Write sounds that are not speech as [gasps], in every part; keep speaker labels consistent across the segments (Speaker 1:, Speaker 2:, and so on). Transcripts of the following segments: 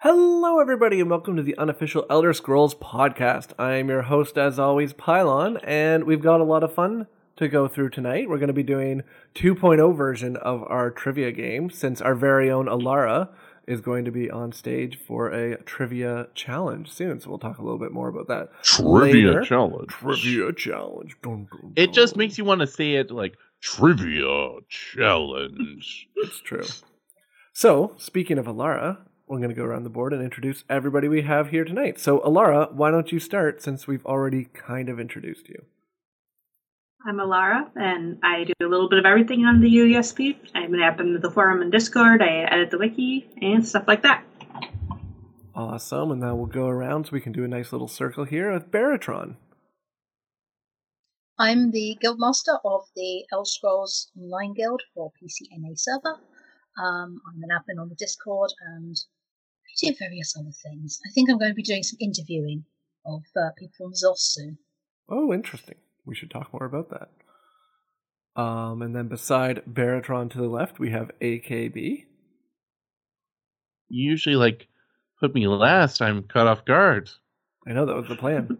Speaker 1: Hello, everybody, and welcome to the unofficial Elder Scrolls podcast. I am your host, as always, Pylon, and we've got a lot of fun to go through tonight. We're going to be doing 2.0 version of our trivia game since our very own Alara is going to be on stage for a trivia challenge soon. So we'll talk a little bit more about that.
Speaker 2: Trivia
Speaker 1: later.
Speaker 2: challenge.
Speaker 1: Trivia challenge. Dun, dun,
Speaker 2: It just
Speaker 1: dun.
Speaker 2: makes you want to say it like trivia challenge.
Speaker 1: It's true. So, speaking of Alara, we're going to go around the board and introduce everybody we have here tonight. So, Alara, why don't you start since we've already kind of introduced you?
Speaker 3: I'm Alara, and I do a little bit of everything on the UESP. I'm an admin of the forum and Discord. I edit the wiki and stuff like that.
Speaker 1: Awesome. And now we'll go around so we can do a nice little circle here with Baratron.
Speaker 4: I'm the guildmaster of the Elder Scrolls Online Guild for PCNA server. Um, I'm an admin on the Discord, and I do various other things. I think I'm going to be doing some interviewing of uh, people from Zoth soon.
Speaker 1: Oh, interesting. We should talk more about that. Um, and then beside Baratron to the left, we have AKB.
Speaker 2: You usually like put me last. I'm caught off guard.
Speaker 1: I know that was the plan.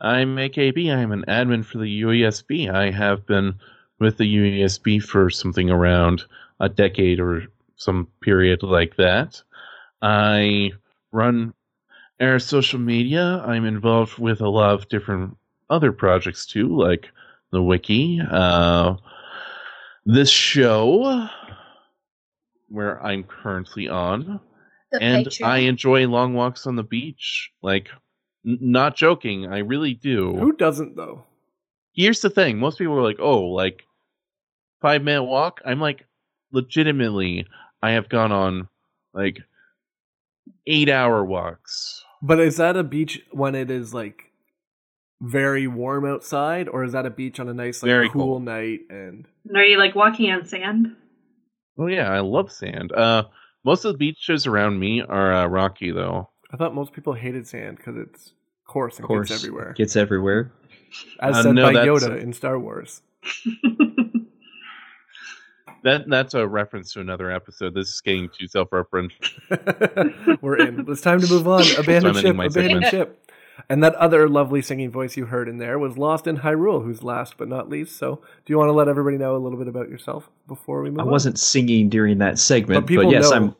Speaker 2: I'm AKB. I'm an admin for the UESB. I have been with the UESB for something around a decade or some period like that. I run our social media. I'm involved with a lot of different other projects too, like the wiki, uh, this show where I'm currently on,
Speaker 4: The
Speaker 2: and
Speaker 4: Patreon.
Speaker 2: I enjoy long walks on the beach. Like, n- not joking, I really do.
Speaker 1: Who doesn't, though?
Speaker 2: Here's the thing: most people are like, "Oh, like five minute walk." I'm like, legitimately, I have gone on like eight hour walks.
Speaker 1: But is that a beach when it is like very warm outside, or is that a beach on a nice, like,
Speaker 2: Very
Speaker 1: cool
Speaker 2: cold.
Speaker 1: night? And
Speaker 3: And are you like walking on sand? [laughs]
Speaker 2: Oh yeah, I love sand. Uh, most of the beaches around me are uh, rocky though.
Speaker 1: I thought most people hated sand because it's coarse and
Speaker 5: course,
Speaker 1: gets everywhere,
Speaker 5: Gets everywhere.
Speaker 1: as
Speaker 2: Uh,
Speaker 1: said
Speaker 2: no,
Speaker 1: by
Speaker 2: that's-
Speaker 1: Yoda in Star Wars. [laughs]
Speaker 2: That that's a reference to another episode. This is getting too self referential.
Speaker 1: We're in. It's time to move on. Abandon
Speaker 2: I'm ending
Speaker 1: ship.
Speaker 2: my
Speaker 1: Abandon
Speaker 2: segment.
Speaker 1: ship. And that other lovely singing voice you heard in there was Lost in Hyrule, who's last but not least. So, do you want to let everybody know a little bit about yourself before we move
Speaker 5: I
Speaker 1: on?
Speaker 5: wasn't singing during that segment,
Speaker 1: But
Speaker 5: but,
Speaker 1: people
Speaker 5: yes,
Speaker 1: know.
Speaker 5: I'm.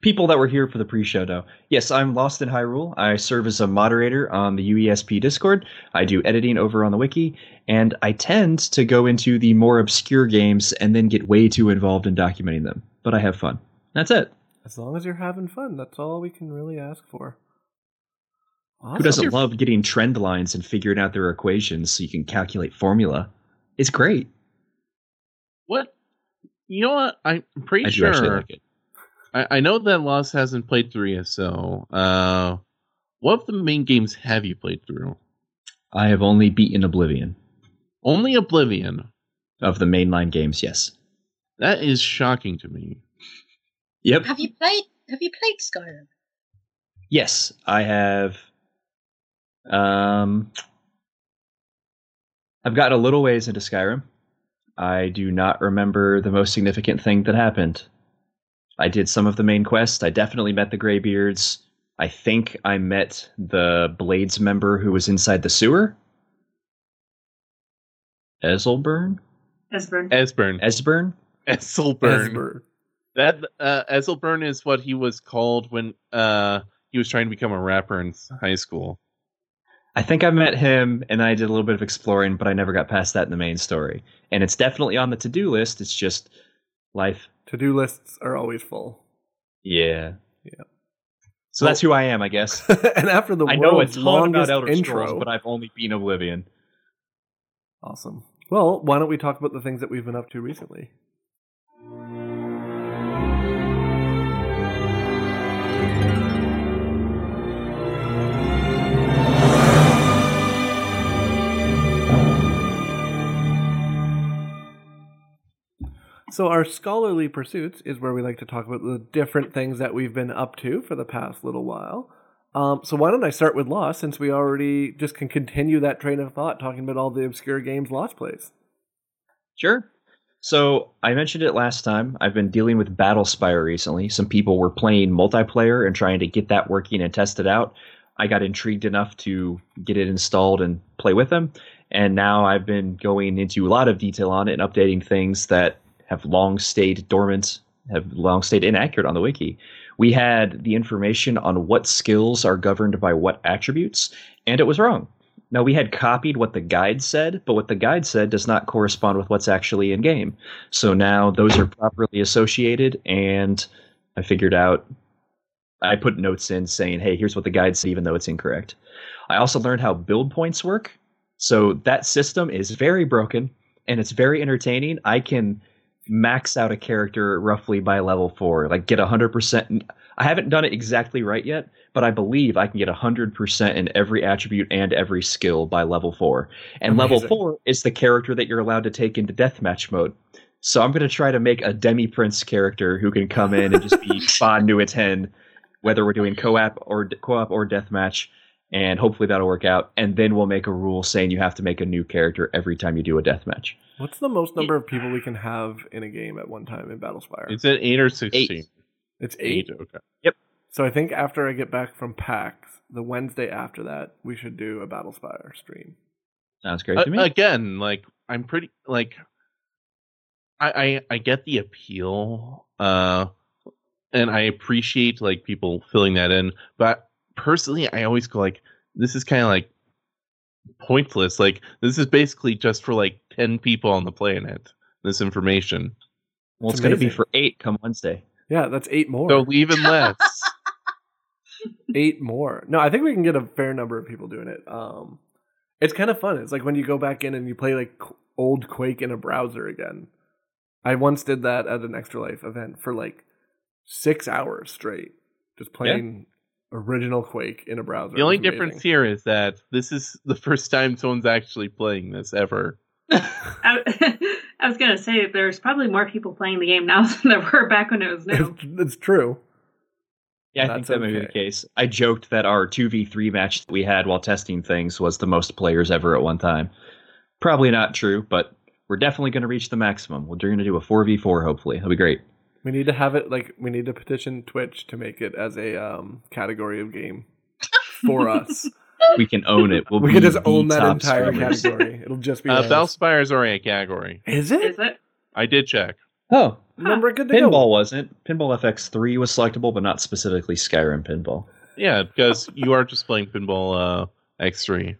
Speaker 5: People that were here for the pre-show know. Yes, I'm Lost in Hyrule. I serve as a moderator on the UESP Discord. I do editing over on the wiki, and I tend to go into the more obscure games and then get way too involved in documenting them. But I have fun. That's it.
Speaker 1: As long as you're having fun, that's all we can really ask for.
Speaker 5: Who
Speaker 1: Awesome.
Speaker 5: doesn't love getting trend lines and figuring out their equations so you can calculate formula? It's great.
Speaker 2: What? You know what? I'm pretty
Speaker 5: I do
Speaker 2: sure.
Speaker 5: actually like it.
Speaker 2: I, I know that Lost hasn't played three, so uh, what of the main games have you played through?
Speaker 5: I have only beaten Oblivion
Speaker 2: Only Oblivion.
Speaker 5: of the mainline games. Yes.
Speaker 2: That is shocking to me.
Speaker 5: Yep.
Speaker 4: Have you played? Have you played Skyrim?
Speaker 5: Yes, I have. Um, I've gotten a little ways into Skyrim. I do not remember the most significant thing that happened. I did some of the main quests. I definitely met the Greybeards. I think I met the Blades member who was inside the sewer. Ezelburn?
Speaker 3: Esbern.
Speaker 2: Esbern.
Speaker 5: Esbern?
Speaker 2: Esselburn.
Speaker 1: Esmer.
Speaker 2: That uh, Esselburn is what he was called when uh, he was trying to become a rapper in high school.
Speaker 5: I think I met him and I did a little bit of exploring, but I never got past that in the main story. And it's definitely on the to do list. It's just life.
Speaker 1: To do lists are always full. [laughs]
Speaker 5: Yeah.
Speaker 1: Yeah.
Speaker 5: So that's who I am, I guess.
Speaker 1: and after [laughs] the
Speaker 5: I know a
Speaker 1: world's
Speaker 5: ton
Speaker 1: longest
Speaker 5: about Elder
Speaker 1: intro,
Speaker 5: Scrolls, but I've only been Oblivion.
Speaker 1: awesome. Well, why don't we talk about the things that we've been up to recently? So our scholarly pursuits is where we like to talk about the different things that we've been up to for the past little while. Um, so why don't I start with Lost since we already just can continue that train of thought talking about all the obscure games Lost plays.
Speaker 5: Sure. So I mentioned it last time. I've been dealing with Battle Spire recently. Some people were playing multiplayer and trying to get that working and test it out. I got intrigued enough to get it installed and play with them. And now I've been going into a lot of detail on it and updating things that have long stayed dormant, have long stayed inaccurate on the wiki. We had the information on what skills are governed by what attributes, and it was wrong. Now, we had copied what the guide said, but what the guide said does not correspond with what's actually in game. So now those are properly associated, and I figured out I put notes in saying, hey, here's what the guide said, even though it's incorrect. I also learned how build points work. So that system is very broken and it's very entertaining. I can max out a character roughly by level four, like get 100%. I haven't done it exactly right yet, but I believe I can get 100% in every attribute and every skill by level four. And level
Speaker 1: Amazing.
Speaker 5: four is the character that you're allowed to take into deathmatch mode. So I'm going to try to make a demi prince character who can come in and just be fond to a 10 whether we're doing co-op or co-op or deathmatch and hopefully that'll work out and then we'll make a rule saying you have to make a new character every time you do a deathmatch
Speaker 1: What's the most number of people we can have in a game at one time in Battlespire?
Speaker 2: Is it eight or sixteen?
Speaker 1: it's eight.
Speaker 2: Okay.
Speaker 1: So I think after I get back from PAX, the Wednesday after that, we should do a Battlespire stream.
Speaker 5: sounds great
Speaker 2: A-
Speaker 5: to me
Speaker 2: Again, like I'm pretty like I, I I get the appeal, uh, and I appreciate like people filling that in. But personally, I always go like, this is kind of like pointless. Like this is basically just for like ten people on the planet. This information,
Speaker 5: well
Speaker 1: It's
Speaker 5: it's going to be
Speaker 1: amazing.
Speaker 5: for eight come wednesday
Speaker 1: Yeah, that's eight more.
Speaker 2: so even less.
Speaker 1: eight more. No, I think we can get a fair number of people doing it. Um, it's kind of fun. It's like when you go back in and you play like qu- old Quake in a browser again. I once did that at an Extra Life event for like six hours straight, just playing original Quake in a browser.
Speaker 2: the
Speaker 1: It
Speaker 2: only
Speaker 1: was amazing.
Speaker 2: difference here is that this is the first time someone's actually playing this ever.
Speaker 3: I, [laughs] I was gonna say there's probably more people playing the game now [laughs] than there were back when it was new.
Speaker 1: [laughs] it's, it's true.
Speaker 5: yeah i
Speaker 1: That's
Speaker 5: think that may be the
Speaker 1: okay.
Speaker 5: case i joked that our 2v3 match that we had while testing things was the most players ever at one time probably not true but we're definitely going to reach the maximum we're going to do a 4v4 hopefully that'll be great
Speaker 1: We need to have it like we need to petition Twitch to make it as a um, category of
Speaker 2: [laughs]
Speaker 1: game for us.
Speaker 5: we can own it we'll
Speaker 1: [laughs] we
Speaker 5: be
Speaker 1: can just
Speaker 5: the
Speaker 1: own that
Speaker 5: top
Speaker 1: entire
Speaker 5: streamers.
Speaker 1: category. It'll just be
Speaker 2: Uh,
Speaker 1: ours.
Speaker 2: Valspire is already a category.
Speaker 1: Is
Speaker 3: Is
Speaker 1: it?
Speaker 3: it?
Speaker 2: I did check.
Speaker 5: [laughs] oh
Speaker 1: Then we're good to go.
Speaker 5: Pinball wasn't. Pinball FX3 was selectable, but not specifically Skyrim pinball.
Speaker 2: Yeah, because you are just playing pinball uh, X3.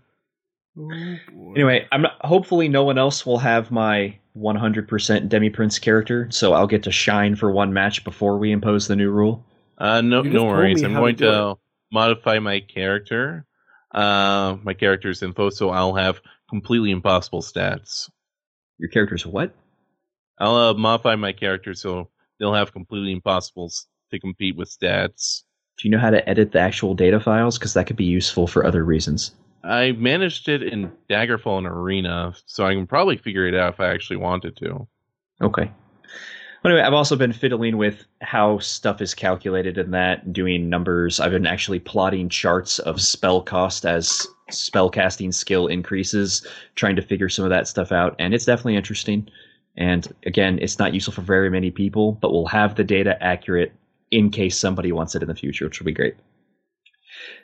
Speaker 1: Oh, boy.
Speaker 5: Anyway, I'm not, hopefully no one else will have my 100% Demi Prince character, so I'll get to shine for one match before we impose the new rule.
Speaker 2: Uh, no,
Speaker 1: You just
Speaker 2: no
Speaker 1: told
Speaker 2: worries.
Speaker 1: me
Speaker 2: I'm
Speaker 1: how to
Speaker 2: going
Speaker 1: do
Speaker 2: to modify my character, uh, my character's info, so I'll have completely impossible stats.
Speaker 5: Your character's what?
Speaker 2: I'll uh, modify my character so they'll have completely impossibles to compete with stats.
Speaker 5: Do you know how to edit the actual data files? Because that could be useful for other reasons.
Speaker 2: I managed it in Daggerfall and Arena, so I can probably figure it out if I actually wanted to.
Speaker 5: Okay. Anyway, I've also been fiddling with how stuff is calculated in that, doing numbers. I've been actually plotting charts of spell cost as spell casting skill increases, trying to figure some of that stuff out, and it's definitely interesting. And again, it's not useful for very many people, but we'll have the data accurate in case somebody wants it in the future, which will be great.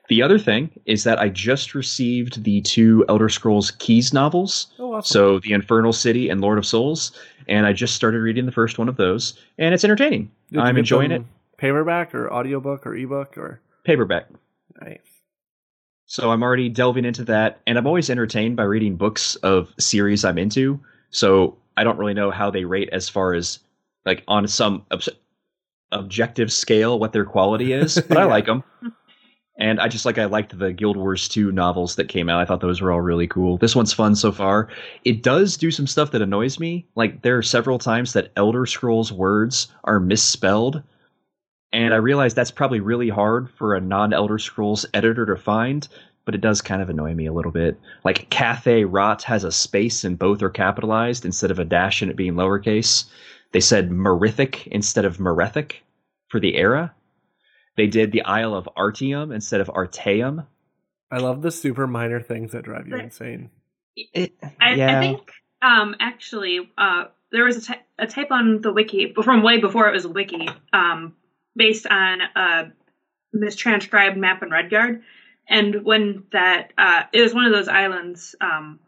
Speaker 5: The other thing is that I just received the two Elder Scrolls Keys novels.
Speaker 1: Oh, awesome.
Speaker 5: So the Infernal City and Lord of Souls, and I just started reading the first one of those, and it's entertaining.
Speaker 1: Did you
Speaker 5: I'm
Speaker 1: get
Speaker 5: enjoying
Speaker 1: them Paperback or audiobook or ebook or
Speaker 5: Paperback.
Speaker 1: nice.
Speaker 5: So I'm already delving into that, and I'm always entertained by reading books of series I'm into. So I don't really know how they rate as far as like on some obs- objective scale what their quality is, but I
Speaker 1: Yeah.
Speaker 5: like them. And I just like I liked the Guild Wars 2 novels that came out. I thought those were all really cool. This one's fun so far. It does do some stuff that annoys me. Like there are several times that Elder Scrolls words are misspelled. And I realize that's probably really hard for a non-Elder Scrolls editor to find, but it does kind of annoy me a little bit. Like Cathay Rot has a space and both are capitalized instead of a dash and it being lowercase. They said Merithic instead of Merethic for the era. They did the Isle of Artium instead of Arteum.
Speaker 1: I love the super minor things that drive you insane.
Speaker 5: It,
Speaker 3: I,
Speaker 5: yeah.
Speaker 3: I think um, actually uh, there was a ty- a type on the wiki from way before it was a wiki, um, based on a mistranscribed map in Redguard. And when that uh, it was one of those islands, um,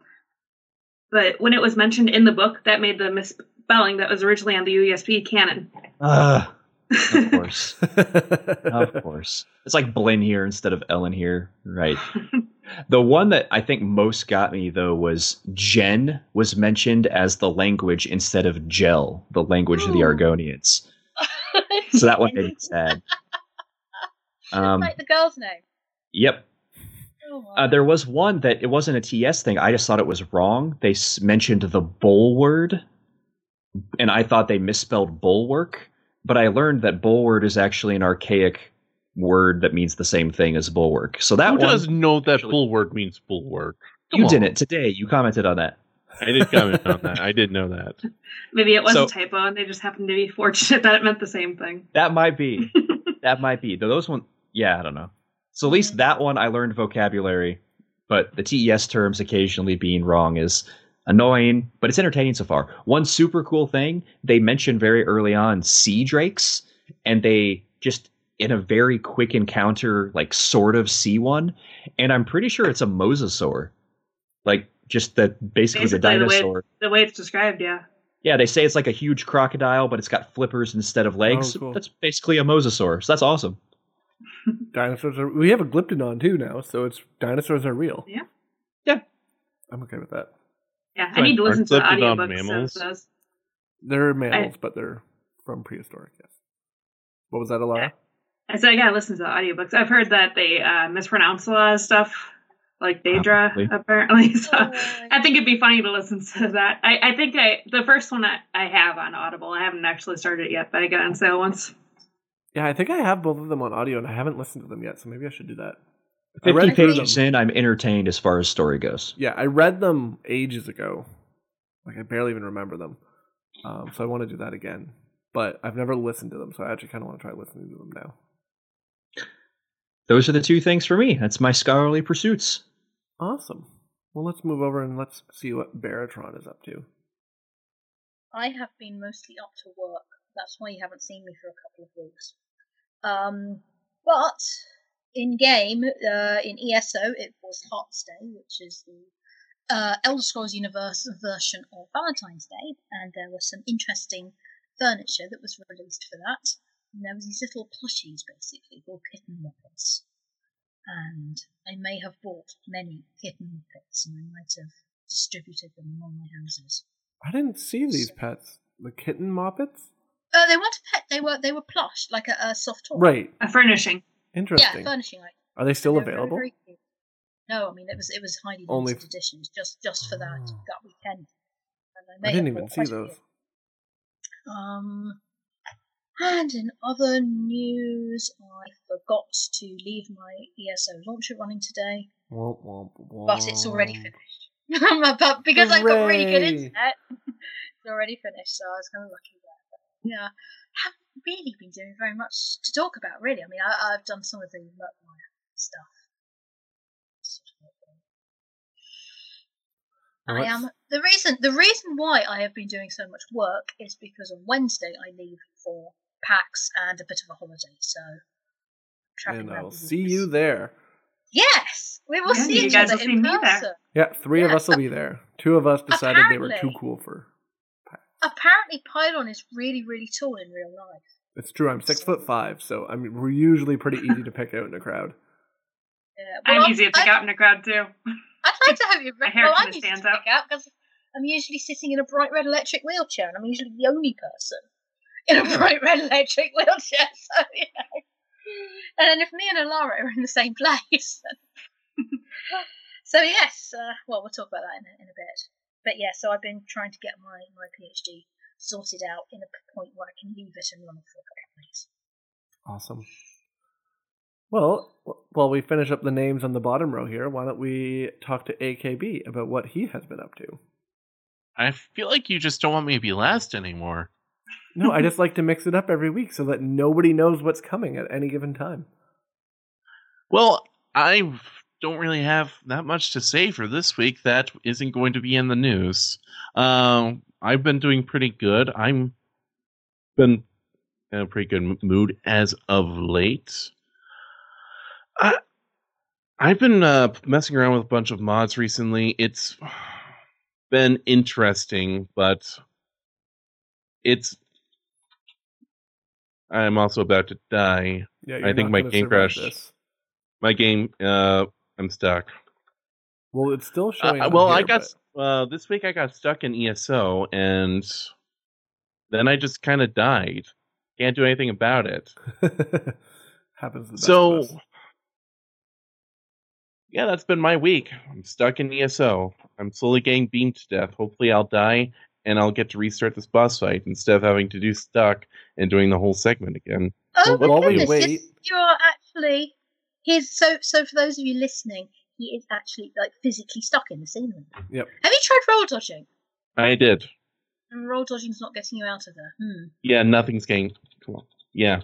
Speaker 3: but when it was mentioned in the book, that made the misspelling that was originally on the UESP canon. [laughs]
Speaker 5: Uh, of course. of course. It's like Blin here instead of Ellen here, right? [laughs] the one that I think most got me though was Gen was mentioned as the language instead of Gel, the language of the
Speaker 4: Oh.
Speaker 5: Argonians. So
Speaker 4: [laughs]
Speaker 5: that one made me sad. Um,
Speaker 4: like the girl's name.
Speaker 5: yep.
Speaker 4: Oh, wow.
Speaker 5: [laughs] Uh, there was one that it wasn't a TS thing. I just thought it was wrong. They s- mentioned the bulward, and I thought they misspelled bulwark. But I learned that bulward is actually an archaic word that means the same thing as bulwark. So that
Speaker 2: Who
Speaker 5: one
Speaker 2: does know that
Speaker 5: actually-
Speaker 2: bulwark means bulwark? Come
Speaker 5: you
Speaker 2: on.
Speaker 5: didn't today. You commented on that.
Speaker 2: I did comment on that. I did know that.
Speaker 3: Maybe it was
Speaker 5: So-
Speaker 3: a typo, and they just happened to be fortunate that it meant the same thing.
Speaker 5: That might
Speaker 3: [laughs]
Speaker 5: be. that might be. Though those one, yeah, I don't know. So at least that one I learned vocabulary, but the TES terms occasionally being wrong is annoying, but it's entertaining so far. One super cool thing they mentioned very early on sea drakes, and they just in a very quick encounter like sort of see one, and I'm pretty sure it's a mosasaur, like just the basically, the
Speaker 3: Basically, the way-
Speaker 5: dinosaur.
Speaker 3: The way it's described, yeah.
Speaker 5: Yeah, they say it's like a huge crocodile, but it's got flippers instead of legs.
Speaker 1: Oh, cool.
Speaker 5: That's basically a mosasaur. So that's awesome.
Speaker 1: [laughs] dinosaurs are. We have a glyptodon too now, so it's dinosaurs are real.
Speaker 3: Yeah.
Speaker 5: Yeah.
Speaker 1: I'm okay with that.
Speaker 3: Yeah, I
Speaker 2: Fine.
Speaker 3: need to listen to the
Speaker 2: Aren't glyptodon
Speaker 3: audiobooks
Speaker 2: mammals?
Speaker 3: of those.
Speaker 1: They're mammals, but they're from prehistoric. Yes. What was that, Alara?
Speaker 3: I said I gotta listen to the audiobooks. I've heard that they uh, mispronounce a lot of stuff, like Daedra,
Speaker 5: Probably.
Speaker 3: apparently. [laughs] So
Speaker 4: Oh,
Speaker 3: I think it'd be funny to listen to that. I, I think I the first one I, I have on Audible. I haven't actually started it yet, but I got it on sale once.
Speaker 1: Yeah, I think I have both of them on audio, and I haven't listened to them yet, so maybe I should do that. I
Speaker 5: Fifty
Speaker 1: read through
Speaker 5: pages
Speaker 1: them.
Speaker 5: in, I'm entertained as far as story goes.
Speaker 1: Yeah, I read them ages ago. Like I barely even remember them. Um, so I want to do that again, but I've never listened to them, so I actually kind of want to try listening to them now.
Speaker 5: Those are the two things for me. That's my scholarly pursuits.
Speaker 1: Awesome. Well, let's move over and let's see what Baratron is up to.
Speaker 4: I have been mostly up to work. That's why you haven't seen me for a couple of weeks. Um, but in game, uh, in ESO, it was Hearts Day, which is the uh, Elder Scrolls Universe version of Valentine's Day, and there was some interesting furniture that was released for that. And there was these little plushies, basically, called kitten muppets. And I may have bought many kitten muppets, and I might have distributed them among my houses.
Speaker 1: I didn't see these pets. The kitten moppets.
Speaker 4: Uh, they weren't a pet. They were they were plush, like a, a soft toy.
Speaker 1: Right.
Speaker 3: A furnishing.
Speaker 1: Interesting.
Speaker 4: Oh. Yeah, furnishing. Like
Speaker 1: Are they still
Speaker 4: they were very,
Speaker 1: available?
Speaker 4: very cute. no, I mean it was it was highly
Speaker 1: Only-
Speaker 4: limited editions, just just for that
Speaker 1: Oh.
Speaker 4: that weekend. And
Speaker 1: I
Speaker 4: may
Speaker 1: didn't
Speaker 4: have
Speaker 1: even
Speaker 4: bought
Speaker 1: see
Speaker 4: quite a
Speaker 1: those.
Speaker 4: few. Um, and in other news, I forgot to leave my ESO launcher running today,
Speaker 1: Womp, womp, womp.
Speaker 4: but it's already finished. [laughs] but because I've got really good
Speaker 1: Oh. Hooray.
Speaker 4: internet, [laughs] it's already finished. So I was kind of lucky there. But, yeah, haven't really been doing very much to talk about. Really, I mean, I, I've done some of the Merkmire stuff. Sort of like that.
Speaker 1: Well,
Speaker 4: I
Speaker 1: that's-
Speaker 4: am the reason. The reason why I have been doing so much work is because on Wednesday I leave for PAX and a bit of a holiday. So, traveling
Speaker 1: And
Speaker 4: around
Speaker 1: I'll
Speaker 4: with
Speaker 1: see
Speaker 4: this.
Speaker 1: you there.
Speaker 4: Yes, we will
Speaker 3: Yeah,
Speaker 4: see
Speaker 3: you
Speaker 4: each
Speaker 3: guys
Speaker 4: other
Speaker 3: will
Speaker 4: in
Speaker 3: see me there.
Speaker 4: person.
Speaker 1: Yeah, three of
Speaker 4: [laughs] Yeah.
Speaker 1: us will be there. Two of us decided they were too
Speaker 4: Apparently.
Speaker 1: cool for.
Speaker 4: Apparently, Pylon is really, really tall in real life.
Speaker 1: It's true. I'm six foot five, so I'm we're usually pretty easy to pick out in a crowd.
Speaker 4: Yeah.
Speaker 3: I'm
Speaker 4: Uh, Well,
Speaker 3: easy to pick
Speaker 4: I'd-
Speaker 3: out in a crowd too.
Speaker 4: I'd like to hope you.
Speaker 3: My
Speaker 4: Re-
Speaker 3: hair
Speaker 4: well,
Speaker 3: kinda
Speaker 4: I'm easy to
Speaker 3: stands
Speaker 4: pick
Speaker 3: out.
Speaker 4: out because I'm usually sitting in a bright red electric wheelchair, and I'm usually the only person in a [laughs] bright red electric wheelchair. [laughs] So you know. And then if me and Alara are in the same [laughs] place. then- [laughs] so yes, uh, well, we'll talk about that in a, in a bit. But yeah, so I've been trying to get my my PhD sorted out in a p- point where I can leave it and run it for a couple of weeks.
Speaker 1: [laughs] Awesome. Well, w- while we finish up the names on the bottom row here, why don't we talk to AKB about what he has been up to?
Speaker 2: I feel like you just don't want me to be last anymore.
Speaker 1: No, I just like to mix it up every week so that nobody knows what's coming at any given time.
Speaker 2: Well, I don't really have that much to say for this week. That isn't going to be in the news. Um, I've been doing pretty good. I'm been in a pretty good m- mood as of late. I I've been uh, messing around with a bunch of mods recently. It's been interesting, but it's I'm also about to die.
Speaker 1: Yeah,
Speaker 2: I think
Speaker 1: not
Speaker 2: my
Speaker 1: gonna
Speaker 2: game
Speaker 1: survive
Speaker 2: crashed.
Speaker 1: this.
Speaker 2: My game, uh, I'm stuck.
Speaker 1: Well, it's still showing.
Speaker 2: Uh,
Speaker 1: on
Speaker 2: well, I
Speaker 1: here,
Speaker 2: got
Speaker 1: but-
Speaker 2: uh, this week. I got stuck in ESO, and then I just kind of died. Can't do anything about it.
Speaker 1: [laughs] happens. to the best
Speaker 2: So,
Speaker 1: of us.
Speaker 2: yeah, that's been my week. I'm stuck in ESO. I'm slowly getting beamed to death. Hopefully, I'll die and I'll get to restart this boss fight instead of having to do stuck and doing the whole segment again.
Speaker 1: Well,
Speaker 4: Oh my
Speaker 1: while we
Speaker 4: goodness!
Speaker 1: wait-
Speaker 4: yes, you are actually. He's so so. For those of you listening, he is actually like physically stuck in the scenery.
Speaker 1: Yep.
Speaker 4: Have you tried roll dodging?
Speaker 2: I did.
Speaker 4: And roll dodging's not getting you out of there. Hmm.
Speaker 2: Yeah, nothing's getting. Come on. Yeah,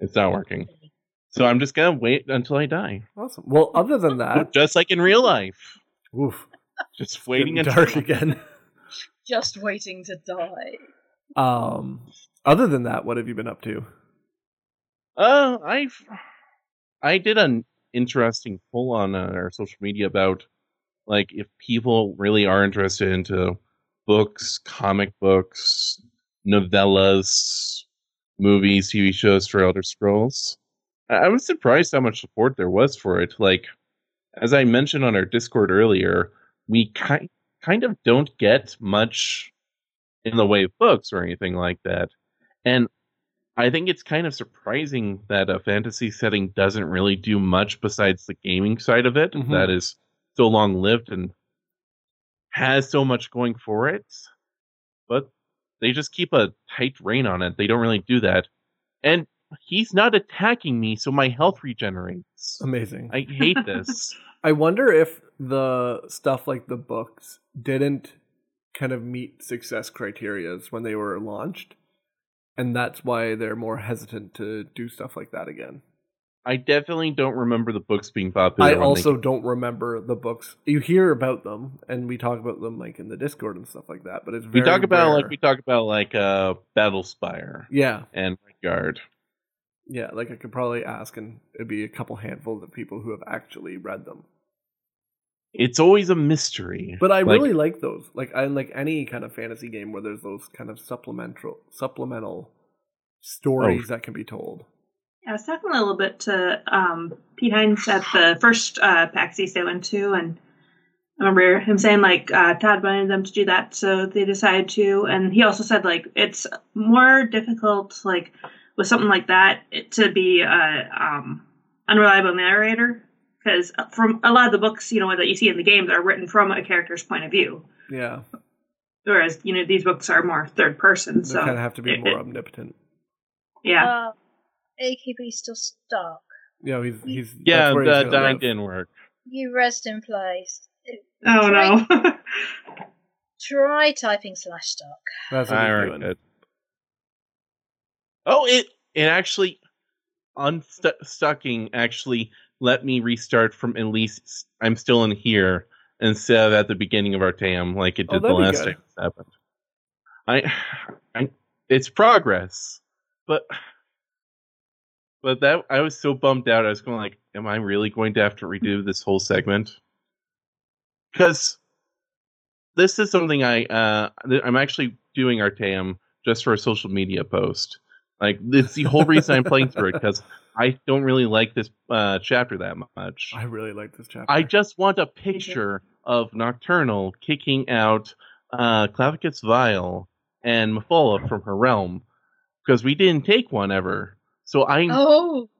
Speaker 2: it's not working.
Speaker 4: really.
Speaker 2: So I'm just gonna wait until I die,
Speaker 1: awesome. Well, other than that,
Speaker 2: just like in real life.
Speaker 1: oof,
Speaker 2: Just
Speaker 1: waiting
Speaker 2: waiting until [laughs]
Speaker 1: dark again.
Speaker 4: Just waiting to die.
Speaker 1: Um, other than that, what have you been up to?
Speaker 2: Uh, I I did an interesting poll on uh, our social media about like if people really are interested into books, comic books, novellas, movies, TV shows for Elder Scrolls. I, I was surprised how much support there was for it. Like as I mentioned on our Discord earlier, we ki- kind of don't get much in the way of books or anything like that. And I think it's kind of surprising that a fantasy setting doesn't really do much besides the gaming side of it
Speaker 1: Mhm.
Speaker 2: that is so long lived and has so much going for it. But they just keep a tight rein on it. They don't really do that. And he's not attacking me, so my health regenerates.
Speaker 1: Amazing.
Speaker 2: I hate this.
Speaker 1: [laughs] I wonder if the stuff like the books didn't kind of meet success criterias when they were launched, and that's why they're more hesitant to do stuff like that again.
Speaker 2: I definitely don't remember the books being popular.
Speaker 1: I
Speaker 2: when they-
Speaker 1: also don't remember the books. You hear about them, and we talk about them like in the Discord and stuff like that. But it's
Speaker 2: we
Speaker 1: very
Speaker 2: talk about like
Speaker 1: rare.
Speaker 2: we talk about like uh Battlespire
Speaker 1: yeah,
Speaker 2: and Guard.
Speaker 1: yeah. Like I could probably ask, and it'd be a couple handfuls of people who have actually read them.
Speaker 2: It's always a mystery.
Speaker 1: But I
Speaker 2: Like-
Speaker 1: really like those. Like I like any kind of fantasy game where there's those kind of supplemental supplemental stories
Speaker 2: Oh.
Speaker 1: that can be told.
Speaker 3: I was talking a little bit to um, Pete Hines at the first uh, PAX East I went to, and I remember him saying like uh, Todd wanted them to do that, so they decided to. And he also said like it's more difficult like with something like that it, to be a um, unreliable narrator because from a lot of the books you know that you see in the games are written from a character's point of view,
Speaker 1: Yeah,
Speaker 3: whereas you know these books are more third person.
Speaker 1: they
Speaker 3: so
Speaker 1: kind of have to be
Speaker 3: it-
Speaker 1: more
Speaker 3: it-
Speaker 1: omnipotent.
Speaker 3: yeah.
Speaker 4: Uh, AKB's still stuck.
Speaker 1: You know, he's he's that's
Speaker 2: Yeah,
Speaker 1: where he's
Speaker 2: that
Speaker 1: gonna
Speaker 2: dying
Speaker 1: live.
Speaker 2: didn't work.
Speaker 4: You rest in place.
Speaker 3: oh no. [laughs]
Speaker 4: Try typing slash stuck.
Speaker 1: That's what
Speaker 2: I
Speaker 1: he's
Speaker 2: already
Speaker 1: doing.
Speaker 2: did. Oh, it it actually unstucking actually let me restart from at least I'm still in here instead of at the beginning of our TAM like it
Speaker 1: Oh,
Speaker 2: did the
Speaker 1: that'd be
Speaker 2: last
Speaker 1: good.
Speaker 2: time this happened. I, [sighs] I, it's progress, but but that I was so bummed out. I was going like, am I really going to have to redo this whole segment? Because this is something I uh th- I'm actually doing our TAM just for a social media post. Like it's the whole reason I'm playing through it because I don't really like this uh, chapter that much.
Speaker 1: I really like this chapter.
Speaker 2: I just want a picture of Nocturnal kicking out uh, Clavicus Vile and Mephola from her realm because we didn't take one ever. So
Speaker 1: Hmm.
Speaker 2: I
Speaker 4: Oh,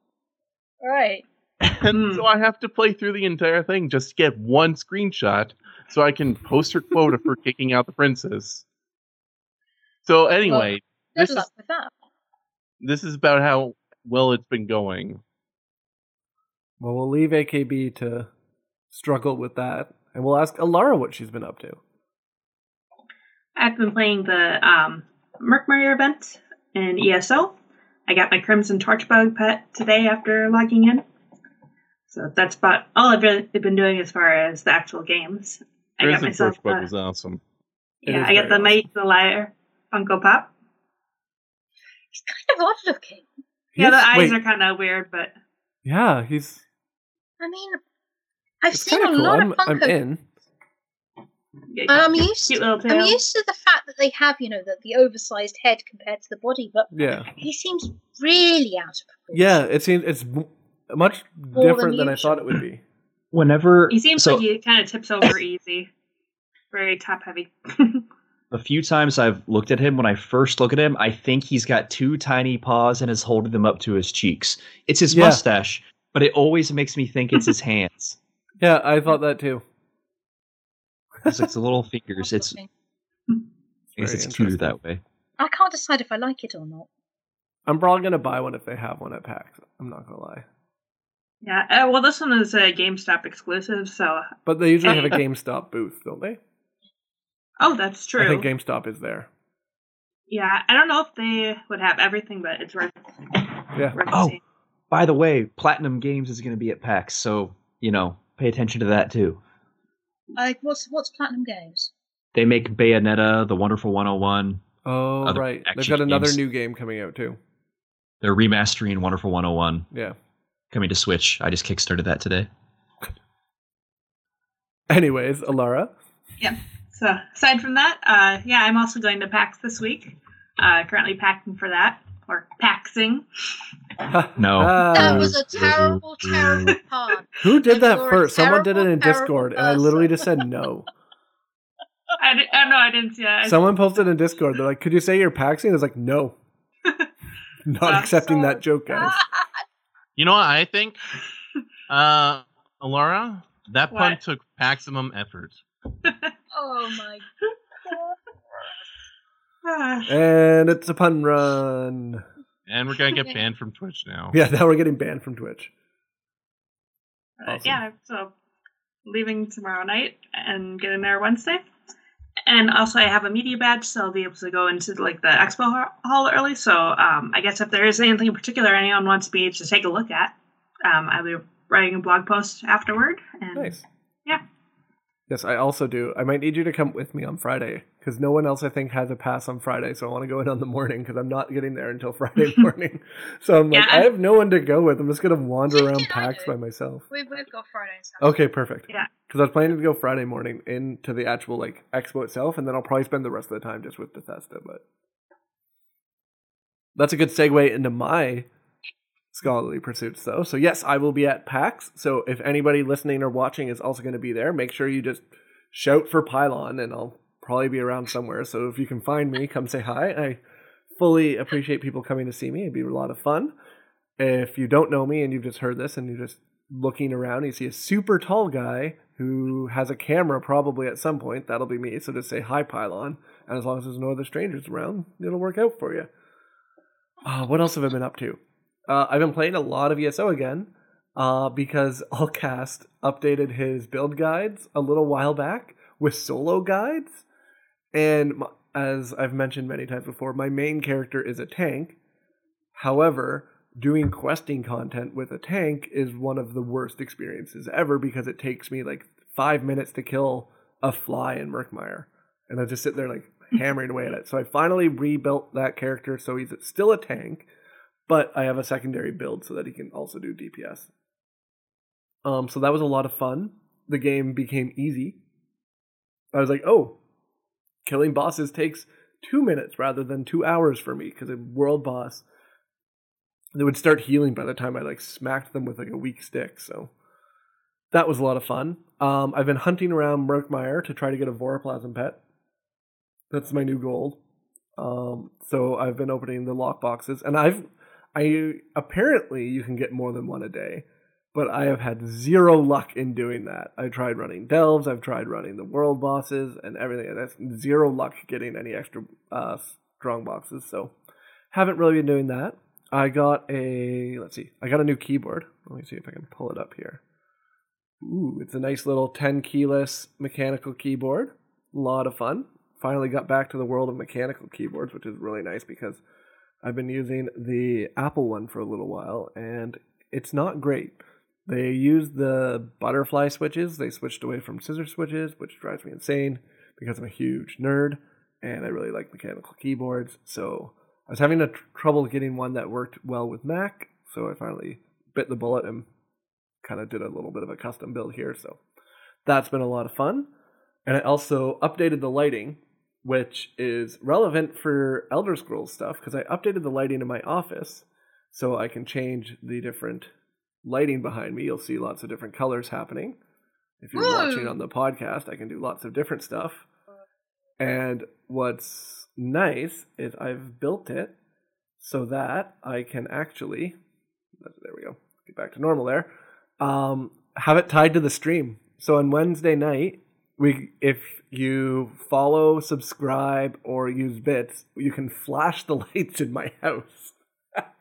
Speaker 4: right.
Speaker 3: Hmm.
Speaker 2: and so I have to play through the entire thing just to get one screenshot so I can post her quota for kicking out the princess. So anyway,
Speaker 4: Good
Speaker 2: This is-
Speaker 4: luck with that.
Speaker 2: this is about how well it's been going.
Speaker 1: Well, we'll leave AKB to struggle with that, and we'll ask Alara what she's been up to.
Speaker 3: I've been playing the um, Merkmurrier event in ESO. I got my Crimson Torchbug pet today after logging in. So that's about all I've really been doing as far as the actual games. I got
Speaker 2: Prison
Speaker 3: myself.
Speaker 2: Torchbug
Speaker 3: uh,
Speaker 2: was awesome.
Speaker 1: It
Speaker 3: yeah,
Speaker 1: is
Speaker 3: I
Speaker 1: very
Speaker 3: get the
Speaker 1: awesome.
Speaker 3: Mike the Liar Funko Pop.
Speaker 4: He's kind of odd looking.
Speaker 3: Yeah, the
Speaker 1: He's-
Speaker 3: eyes
Speaker 1: wait,
Speaker 3: are kind of weird, but
Speaker 1: Yeah, he's.
Speaker 4: I mean, I've
Speaker 1: It's
Speaker 4: seen
Speaker 1: kind
Speaker 4: a
Speaker 1: of cool.
Speaker 4: lot
Speaker 1: I'm,
Speaker 4: of
Speaker 1: I'm
Speaker 4: Funko.
Speaker 1: in.
Speaker 3: yeah,
Speaker 4: and I'm used,
Speaker 3: cute little tail.
Speaker 4: Um, I'm used to the fact that they have, you know, the, the oversized head compared to the body, but
Speaker 1: Yeah.
Speaker 4: he seems really out of proportion.
Speaker 1: Yeah, it seems it's m- much
Speaker 4: than
Speaker 1: different than I
Speaker 4: usual.
Speaker 1: thought it would be.
Speaker 5: Whenever
Speaker 3: he seems
Speaker 5: so
Speaker 3: like he kind of
Speaker 1: [laughs]
Speaker 3: tips over easy, very top heavy.
Speaker 5: a few times I've looked at him when I first look at him, I think he's got two tiny paws and is holding them up to his cheeks. It's his
Speaker 1: Yeah.
Speaker 5: mustache, but it always makes me
Speaker 1: [laughs]
Speaker 5: think it's his hands.
Speaker 1: Yeah, I thought that too.
Speaker 5: It's like the little fingers. It's
Speaker 4: Odd-looking.
Speaker 5: I guess
Speaker 1: Very
Speaker 5: it's cuter
Speaker 1: interesting.
Speaker 5: that way.
Speaker 4: I can't decide if I like it or not.
Speaker 1: I'm probably gonna buy one if they have one at PAX. I'm not gonna lie,
Speaker 3: yeah, uh, well, this one is a GameStop exclusive, so
Speaker 1: but they usually have a GameStop booth, don't they?
Speaker 3: oh, that's true.
Speaker 1: I think GameStop is there.
Speaker 3: yeah, I don't know if they would have everything, but it's worth.
Speaker 1: Yeah.
Speaker 3: worth
Speaker 5: Oh.
Speaker 3: seeing.
Speaker 5: By the way, Platinum Games is going to be at PAX, so you know, pay attention to that too.
Speaker 4: Like, what's what's Platinum Games?
Speaker 5: They make Bayonetta, The Wonderful 101.
Speaker 1: Oh
Speaker 5: Other
Speaker 1: right, they've
Speaker 5: action
Speaker 1: got another
Speaker 5: games.
Speaker 1: new game coming out too.
Speaker 5: They're remastering Wonderful 101,
Speaker 1: Yeah.
Speaker 5: coming to Switch. I just kickstarted that today.
Speaker 1: Anyways, Alara. [laughs]
Speaker 3: So aside from that, uh, yeah, I'm also going to PAX this week. Uh, currently packing for that or paxing. [laughs]
Speaker 5: No.
Speaker 4: that
Speaker 1: Ah,
Speaker 4: was a terrible, terrible pun.
Speaker 1: who did that
Speaker 4: You're a
Speaker 1: first? Someone did it in
Speaker 4: terrible,
Speaker 1: Discord,
Speaker 4: terrible
Speaker 1: and I literally
Speaker 4: person.
Speaker 1: just said no.
Speaker 3: I, di- oh no, I didn't see that.
Speaker 1: Someone posted in Discord. They're like, "Could you say you're paxing?" I was like, "No."
Speaker 4: [laughs]
Speaker 1: Not
Speaker 3: I'm
Speaker 1: accepting
Speaker 4: sorry.
Speaker 1: that joke, [laughs]
Speaker 4: [laughs]
Speaker 1: guys.
Speaker 6: You know what I
Speaker 3: [laughs]
Speaker 6: think? Uh, Laura, that pun
Speaker 3: What?
Speaker 6: took maximum effort.
Speaker 4: oh my god.
Speaker 3: Ah.
Speaker 1: And it's a pun run.
Speaker 6: And we're going
Speaker 3: [laughs]
Speaker 6: to get banned from Twitch now.
Speaker 1: Yeah, now we're getting banned from Twitch.
Speaker 3: Uh,
Speaker 1: Awesome.
Speaker 3: Yeah, so leaving tomorrow night and getting there Wednesday. And also, I have a media badge, so I'll be able to go into like the expo ha- hall early. So um, I guess if there is anything in particular anyone wants me to take a look at, um, I'll be writing a blog post afterward. And
Speaker 1: Nice.
Speaker 3: Yeah.
Speaker 1: Yes, I also do. I might need you to come with me on Friday because no one else I think has a pass on Friday, so I want to go in on the morning because I'm not getting there until [laughs]
Speaker 3: [laughs]
Speaker 1: Friday morning. so I'm like,
Speaker 3: Yeah,
Speaker 1: I
Speaker 3: I-
Speaker 1: have no one to go with. I'm just gonna wander
Speaker 4: You
Speaker 1: around
Speaker 4: can
Speaker 1: PAX
Speaker 4: either.
Speaker 1: by myself.
Speaker 4: We've, we've got Friday and Saturday.
Speaker 1: Okay, perfect.
Speaker 3: Yeah.
Speaker 1: Because I was planning to go Friday morning into the actual like expo itself, and then I'll probably spend the rest of the time just with Bethesda. But that's a good segue into my scholarly pursuits, though. So yes, I will be at PAX. So if anybody listening or watching is also going to be there, make sure you just shout for Pylon, and I'll probably be around somewhere. So if you can find me, come say hi. I fully appreciate people coming to see me. It'd be a lot of fun. If you don't know me and you've just heard this and you just looking around, you see a super tall guy who has a camera probably at some point. That'll be me. So just say hi, Pylon. And as long as there's no other strangers around, it'll work out for you. Uh, what else have I been up to? Uh, I've been playing a lot of ESO again uh, because [laughs] Allcast updated his build guides a little while back with solo guides. And m- as I've mentioned many times before, my main character is a tank. However, doing questing content with a tank is one of the worst experiences ever because it takes me like five minutes to kill a fly in Merkmire. And I just sit there like hammering away at it. So I finally rebuilt that character so he's still a tank, but I have a secondary build so that he can also do DPS. Um, so that was a lot of fun. The game became easy. I was like, oh, killing bosses takes two minutes rather than two hours for me because a world boss they would start healing by the time I like smacked them with like a weak stick. So that was a lot of fun. Um, I've been hunting around Merkmire to try to get a Voraplasm pet. That's my new goal. Um, so I've been opening the lock boxes, and I've I apparently you can get more than one a day, but I have had zero luck in doing that. I tried running delves, I've tried running the world bosses, and everything. and That's zero luck getting any extra uh, strong boxes. So haven't really been doing that. I got a let's see. I got a new keyboard. Let me see if I can pull it up here. Ooh, it's a nice little 10 keyless mechanical keyboard. A lot of fun. Finally got back to the world of mechanical keyboards, which is really nice because I've been using the Apple one for a little while and it's not great. They use the butterfly switches. They switched away from scissor switches, which drives me insane. because I'm a huge nerd and I really like mechanical keyboards. So I was having a tr- trouble getting one that worked well with Mac, so I finally bit the bullet and kind of did a little bit of a custom build here. So that's been a lot of fun. And I also updated the lighting, which is relevant for Elder Scrolls stuff because I updated the lighting in my office so I can change the different lighting behind me. You'll see lots of different colors happening. If you're
Speaker 3: Whoa.
Speaker 1: watching on the podcast, I can do lots of different stuff. And what's nice is I've built it so that I can actually there we go. Get back to normal there. Um, have it tied to the stream. So on Wednesday night, we if you follow, subscribe, or use bits, you can flash the [laughs] lights in my house. [laughs]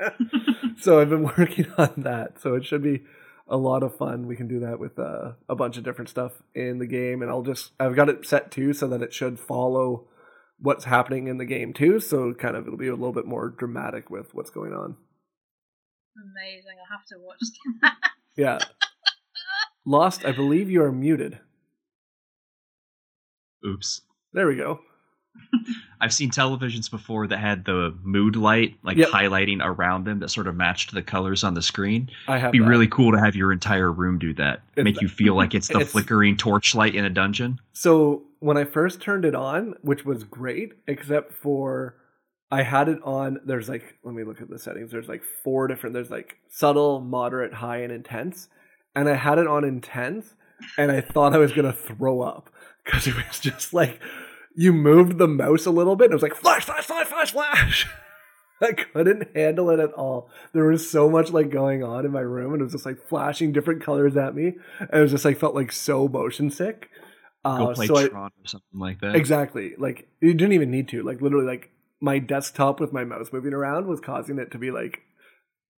Speaker 1: so I've been working on that. So it should be a lot of fun. We can do that with uh, a bunch of different stuff in the game, and I'll just I've got it set too so that it should follow what's happening in the game too. So kind of it'll be a little bit more dramatic with what's going on.
Speaker 4: Amazing. I'll have to watch that.
Speaker 1: Yeah. [laughs] Lost, I believe you are muted.
Speaker 5: Oops.
Speaker 1: There we go.
Speaker 5: I've seen televisions before that had the mood light, like
Speaker 1: Yep.
Speaker 5: highlighting around them that sort of matched the colors on the screen.
Speaker 1: I have
Speaker 5: It'd be
Speaker 1: that.
Speaker 5: really cool to have your entire room do that.
Speaker 1: It's-
Speaker 5: Make you feel like it's
Speaker 1: [laughs]
Speaker 5: the
Speaker 1: it's-
Speaker 5: flickering torchlight in a dungeon.
Speaker 1: So when I first turned it on, which was great, except for I had it on. There's like, let me look at the settings. There's like four different. There's like subtle, moderate, high, and intense. And I had it on intense, and I thought I was gonna throw up because it was just like you moved the mouse a little bit, and it was like flash, flash, flash, flash, flash. [laughs] I couldn't handle it at all. There was so much like going on in my room, and it was just like flashing different colors at me. And it was just like felt like so motion sick. Uh,
Speaker 5: Go play
Speaker 1: so I-
Speaker 5: Tron or something like that.
Speaker 1: Exactly. Like you didn't even need to. Like literally, like my desktop with my mouse moving around was causing it to be like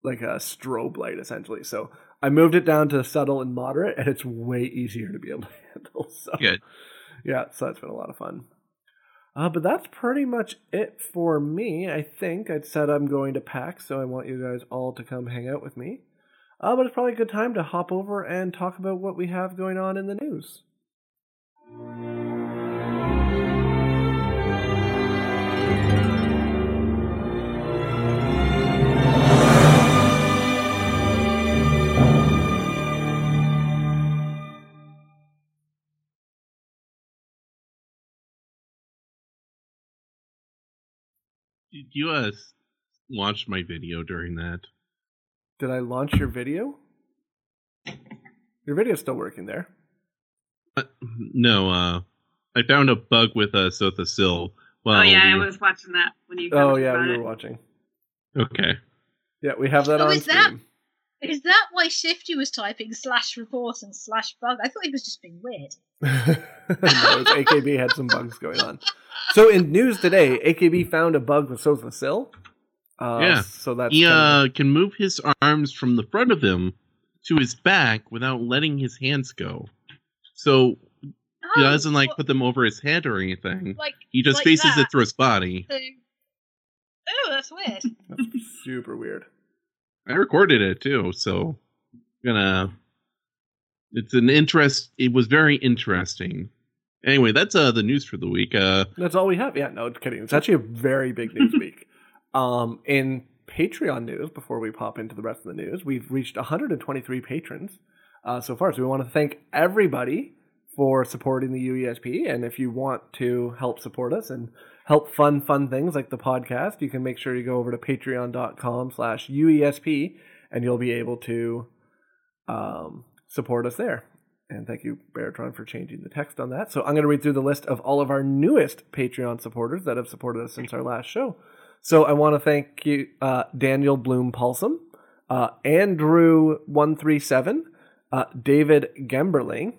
Speaker 1: like a strobe light essentially. So I moved it down to subtle and moderate, and it's way easier to be able to [laughs] handle. So
Speaker 5: Good.
Speaker 1: Yeah, so that's been a lot of fun. Uh, but that's pretty much it for me. I think I said I'm going to pack, so I want you guys all to come hang out with me. Uh, but it's probably a good time to hop over and talk about what we have going on in the news.
Speaker 2: Did you uh, s- watch my video during that?
Speaker 1: Did I launch your video? Your video's still working there.
Speaker 2: Uh, no, uh, I found a bug with uh, Sothasil. Well,
Speaker 3: oh yeah,
Speaker 2: we
Speaker 3: I
Speaker 2: were-
Speaker 3: was watching that when you.
Speaker 1: Oh
Speaker 3: commented
Speaker 1: yeah,
Speaker 3: about
Speaker 1: we
Speaker 3: it.
Speaker 1: were watching.
Speaker 2: Okay.
Speaker 1: Yeah, we have that
Speaker 4: Oh,
Speaker 1: on
Speaker 4: is that-
Speaker 1: stream.
Speaker 4: [laughs]
Speaker 1: [laughs]
Speaker 4: Is that why Shifty was typing slash report and slash bug? I thought he was just being weird.
Speaker 1: no, it's AKB had some bugs going on. So in news today, AKB found a bug with Sosa Sil. Uh,
Speaker 2: Yeah.
Speaker 1: So that's
Speaker 2: he
Speaker 1: kind of-
Speaker 2: uh, can move his arms from the front of him to his back without letting his hands go. So he
Speaker 4: Oh,
Speaker 2: doesn't like
Speaker 4: what-
Speaker 2: put them over his head or anything.
Speaker 4: like
Speaker 2: He just
Speaker 4: like
Speaker 2: faces
Speaker 4: that.
Speaker 2: it through his body.
Speaker 4: so. Oh, that's weird.
Speaker 1: that's super weird.
Speaker 2: I recorded it too, so I'm gonna. It's an interest. It was very interesting. Anyway, that's uh the news for the week. Uh,
Speaker 1: That's all we have. Yeah, no, kidding. It's actually a very big news week. Um, in Patreon news, before we pop into the rest of the news, we've reached 123 patrons uh, so far. So we want to thank everybody for supporting the UESP. And if you want to help support us and help fund fun things like the podcast, you can make sure you go over to patreon.com slash UESP and you'll be able to um, support us there. And thank you, Baratron, for changing the text on that. So I'm going to read through the list of all of our newest Patreon supporters that have supported us since our last show. So I want to thank you, uh, Daniel Bloom Paulson, uh, Andrew one three seven, uh, David Gemberling,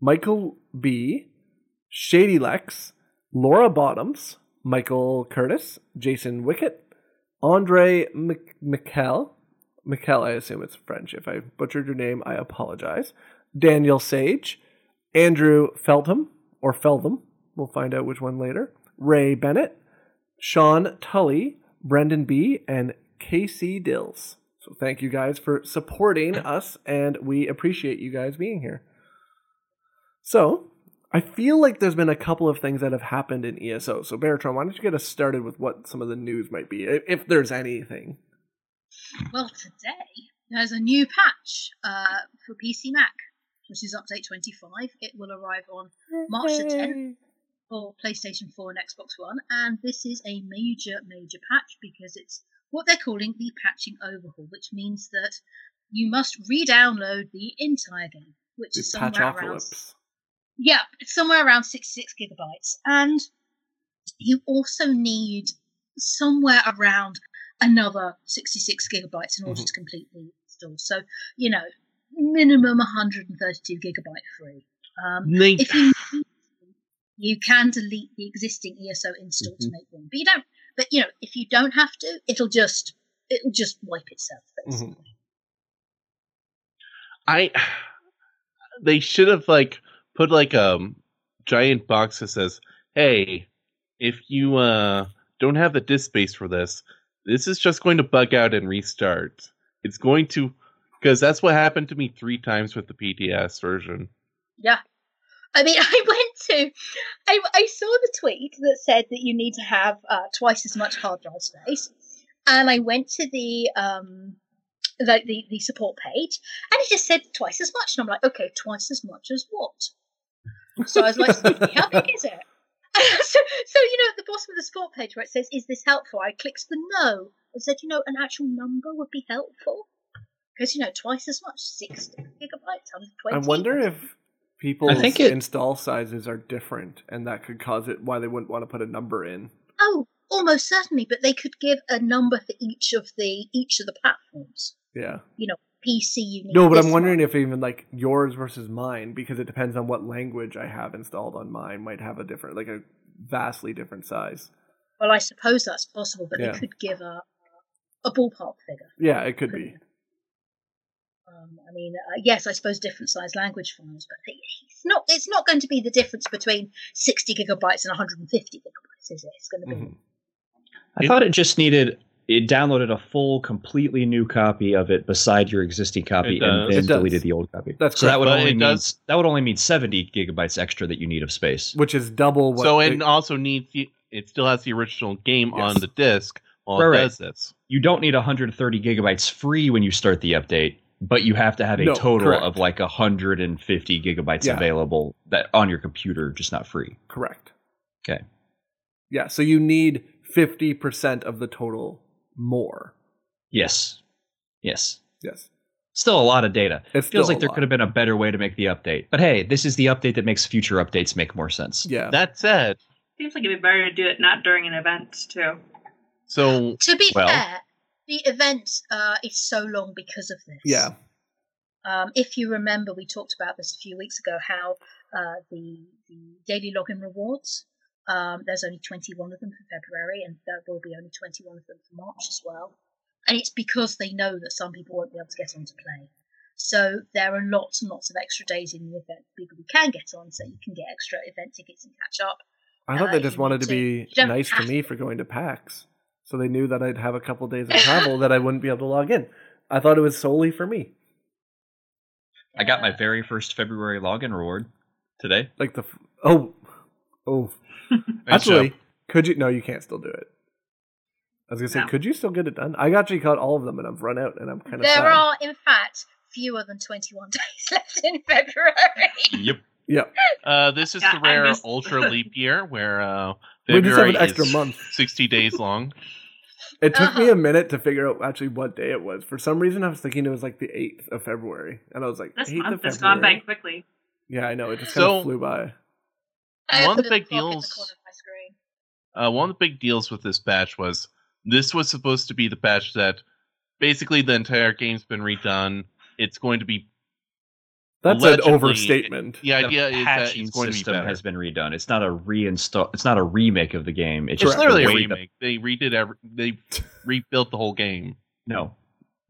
Speaker 1: Michael B, Shady Lex, Laura Bottoms, Michael Curtis, Jason Wickett, Andre Mc- Mikkel, Mikkel, I assume it's French. If I butchered your name, I apologize. Daniel Sage, Andrew Feltham, or Feltham, we'll find out which one later. Ray Bennett, Sean Tully, Brendan B., and KC Dills. So thank you guys for supporting us, and we appreciate you guys being here. So I feel like there's been a couple of things that have happened in ESO. So, Baratron, why don't you get us started with what some of the news might be, if, if there's anything?
Speaker 4: Well, today there's a new patch uh, for PC Mac, which is update 25. It will arrive on March the 10th for PlayStation 4 and Xbox One, and this is a major, major patch because it's what they're calling the patching overhaul, which means that you must re-download the entire game, which
Speaker 1: The
Speaker 4: is somewhere around
Speaker 1: Patchocalypse.
Speaker 4: yeah, it's somewhere around 66 gigabytes. And you also need somewhere around another 66 gigabytes in order
Speaker 1: Mhm.
Speaker 4: to complete the install. So, you know, minimum 132 gigabyte free. Um,
Speaker 6: Nate,
Speaker 4: if you need to, you can delete the existing ESO install to
Speaker 1: Mhm.
Speaker 4: make one, but you don't. But you know, if you don't have to, it'll just it'll just wipe itself. Basically.
Speaker 1: Mm-hmm.
Speaker 2: I they should have like put like a giant box that says, "Hey, if you uh don't have the disk space for this, this is just going to bug out and restart. It's going to because that's what happened to me three times with the PTS version.
Speaker 4: I mean, [laughs] I went to, I, I saw the tweet that said that you need to have uh, twice as much hard drive space, and I went to the um, like the, the support page, and it just said twice as much, and I'm like, okay, twice as much as what? So I was like,
Speaker 1: [laughs]
Speaker 4: "Excuse me, how big is it? [laughs] so, so you know, at the bottom of the support page where it says, "Is this helpful?" I clicked the no and said, you know, an actual number would be helpful because you know, twice as much, sixty gigabytes, hundred twenty.
Speaker 1: I wonder if people's
Speaker 5: think it-
Speaker 1: install sizes are different, and that could cause it why they wouldn't want to put a number in.
Speaker 4: Oh, almost certainly, but they could give a number for each of the each of the platforms.
Speaker 1: Yeah.
Speaker 4: PC you need.
Speaker 1: No, but
Speaker 4: this
Speaker 1: I'm wondering
Speaker 4: one.
Speaker 1: if even like yours versus mine, because it depends on what language I have installed on mine, might have a different, like a vastly different size.
Speaker 4: Well, I suppose that's possible, but
Speaker 1: Yeah.
Speaker 4: they could give a a ballpark figure.
Speaker 1: Yeah, it could be.
Speaker 4: Um, I mean, uh, yes, I suppose different size language files, but it- it's not it's not going to be the difference between sixty gigabytes and one hundred and fifty gigabytes, is it? It's going to be
Speaker 1: Mhm.
Speaker 5: I
Speaker 2: It-
Speaker 5: thought it just needed it downloaded a full, completely new copy of it beside your existing copy
Speaker 2: It
Speaker 5: and
Speaker 2: does.
Speaker 5: then
Speaker 1: It does.
Speaker 5: deleted the old copy.
Speaker 1: That's
Speaker 5: so that
Speaker 1: correct.
Speaker 5: would
Speaker 2: But
Speaker 5: only
Speaker 2: it
Speaker 5: mean,
Speaker 2: does-
Speaker 5: that would only mean seventy gigabytes extra that you need of space.
Speaker 1: Which is double what.
Speaker 2: so
Speaker 1: they-
Speaker 2: and also needs the, it still has the original game
Speaker 1: Yes.
Speaker 2: on the disc while
Speaker 5: Right,
Speaker 2: it
Speaker 5: right.
Speaker 2: does this.
Speaker 5: You don't need 130 gigabytes free when you start the update, but you have to have a
Speaker 1: No,
Speaker 5: total
Speaker 1: correct.
Speaker 5: of like 150 gigabytes
Speaker 1: Yeah.
Speaker 5: available that on your computer, just not free.
Speaker 1: correct.
Speaker 5: Okay.
Speaker 1: Yeah, so you need 50% of the total more.
Speaker 5: Yes, yes,
Speaker 1: Yes.
Speaker 5: still a lot of data.
Speaker 1: It
Speaker 5: Feels like there could have been a better way to make the update, but hey, this is the update that makes future updates make more sense.
Speaker 1: Yeah.
Speaker 2: That said,
Speaker 3: Seems like it'd be better to do it not during an event too.
Speaker 2: so
Speaker 4: to be
Speaker 2: Well-
Speaker 4: fair. The event uh, is so long because of this.
Speaker 1: yeah.
Speaker 4: Um, if you remember, we talked about this a few weeks ago how uh, the, the daily login rewards, um, there's only 21 of them for February, and there will be only 21 of them for March as well. And it's because they know that some people won't be able to get on to play. So there are lots and lots of extra days in the event people who can get on, so you can get extra event tickets and catch up.
Speaker 1: I thought
Speaker 4: Uh,
Speaker 1: they
Speaker 4: you
Speaker 1: just wanted to
Speaker 3: [laughs]
Speaker 4: need
Speaker 1: be
Speaker 4: to- you don't
Speaker 1: nice to
Speaker 4: have
Speaker 1: me for going to PAX. So they knew that I'd have a couple days of travel that I wouldn't be able to log in. I thought it was solely for me.
Speaker 5: I got my
Speaker 4: Uh,
Speaker 5: very first February login reward today.
Speaker 1: Like the f- oh oh
Speaker 5: Thanks,
Speaker 1: actually
Speaker 5: Joe.
Speaker 1: could you no you can't still do it. I was gonna say
Speaker 3: No.
Speaker 1: could you still get it done? I actually caught all of them and I've run out and I'm kind of
Speaker 4: There
Speaker 1: sad.
Speaker 4: are, in fact, fewer than 21 [laughs] days left in February.
Speaker 5: Yep.
Speaker 1: yeah,
Speaker 2: Uh, this is
Speaker 3: Yeah,
Speaker 2: the
Speaker 3: I
Speaker 2: rare
Speaker 3: missed- [laughs]
Speaker 2: ultra leap year where uh,
Speaker 1: we just have
Speaker 2: February
Speaker 1: an extra
Speaker 2: is
Speaker 1: month. [laughs]
Speaker 2: sixty days long.
Speaker 1: It took me
Speaker 3: [laughs]
Speaker 4: Uh-huh.
Speaker 1: a minute to figure out actually what day it was. For some reason, I was thinking it was like the eighth of February, and I was like,
Speaker 3: This
Speaker 1: 8th of
Speaker 3: month has
Speaker 1: February?
Speaker 3: gone by quickly.
Speaker 1: Yeah, I know. It just kind of
Speaker 2: So-
Speaker 1: flew by.
Speaker 4: I
Speaker 2: One of
Speaker 4: put
Speaker 2: the
Speaker 4: a
Speaker 2: big
Speaker 4: clock in the
Speaker 2: deals-
Speaker 4: corner of my screen.
Speaker 2: Uh, one of the big deals with this patch was this was supposed to be the patch that basically the entire game's been redone. It's going to be
Speaker 1: That's
Speaker 2: Allegedly,
Speaker 1: an overstatement.
Speaker 2: the idea
Speaker 5: the
Speaker 2: is that
Speaker 5: patching
Speaker 2: Uh, it's going to be
Speaker 5: system
Speaker 2: better.
Speaker 5: has been redone. It's not a reinstall. It's not a remake of the game. It's,
Speaker 2: it's
Speaker 5: just the
Speaker 2: literally a
Speaker 5: way that-
Speaker 2: remake. They redid every. They
Speaker 1: [laughs]
Speaker 2: rebuilt the whole game.
Speaker 5: no,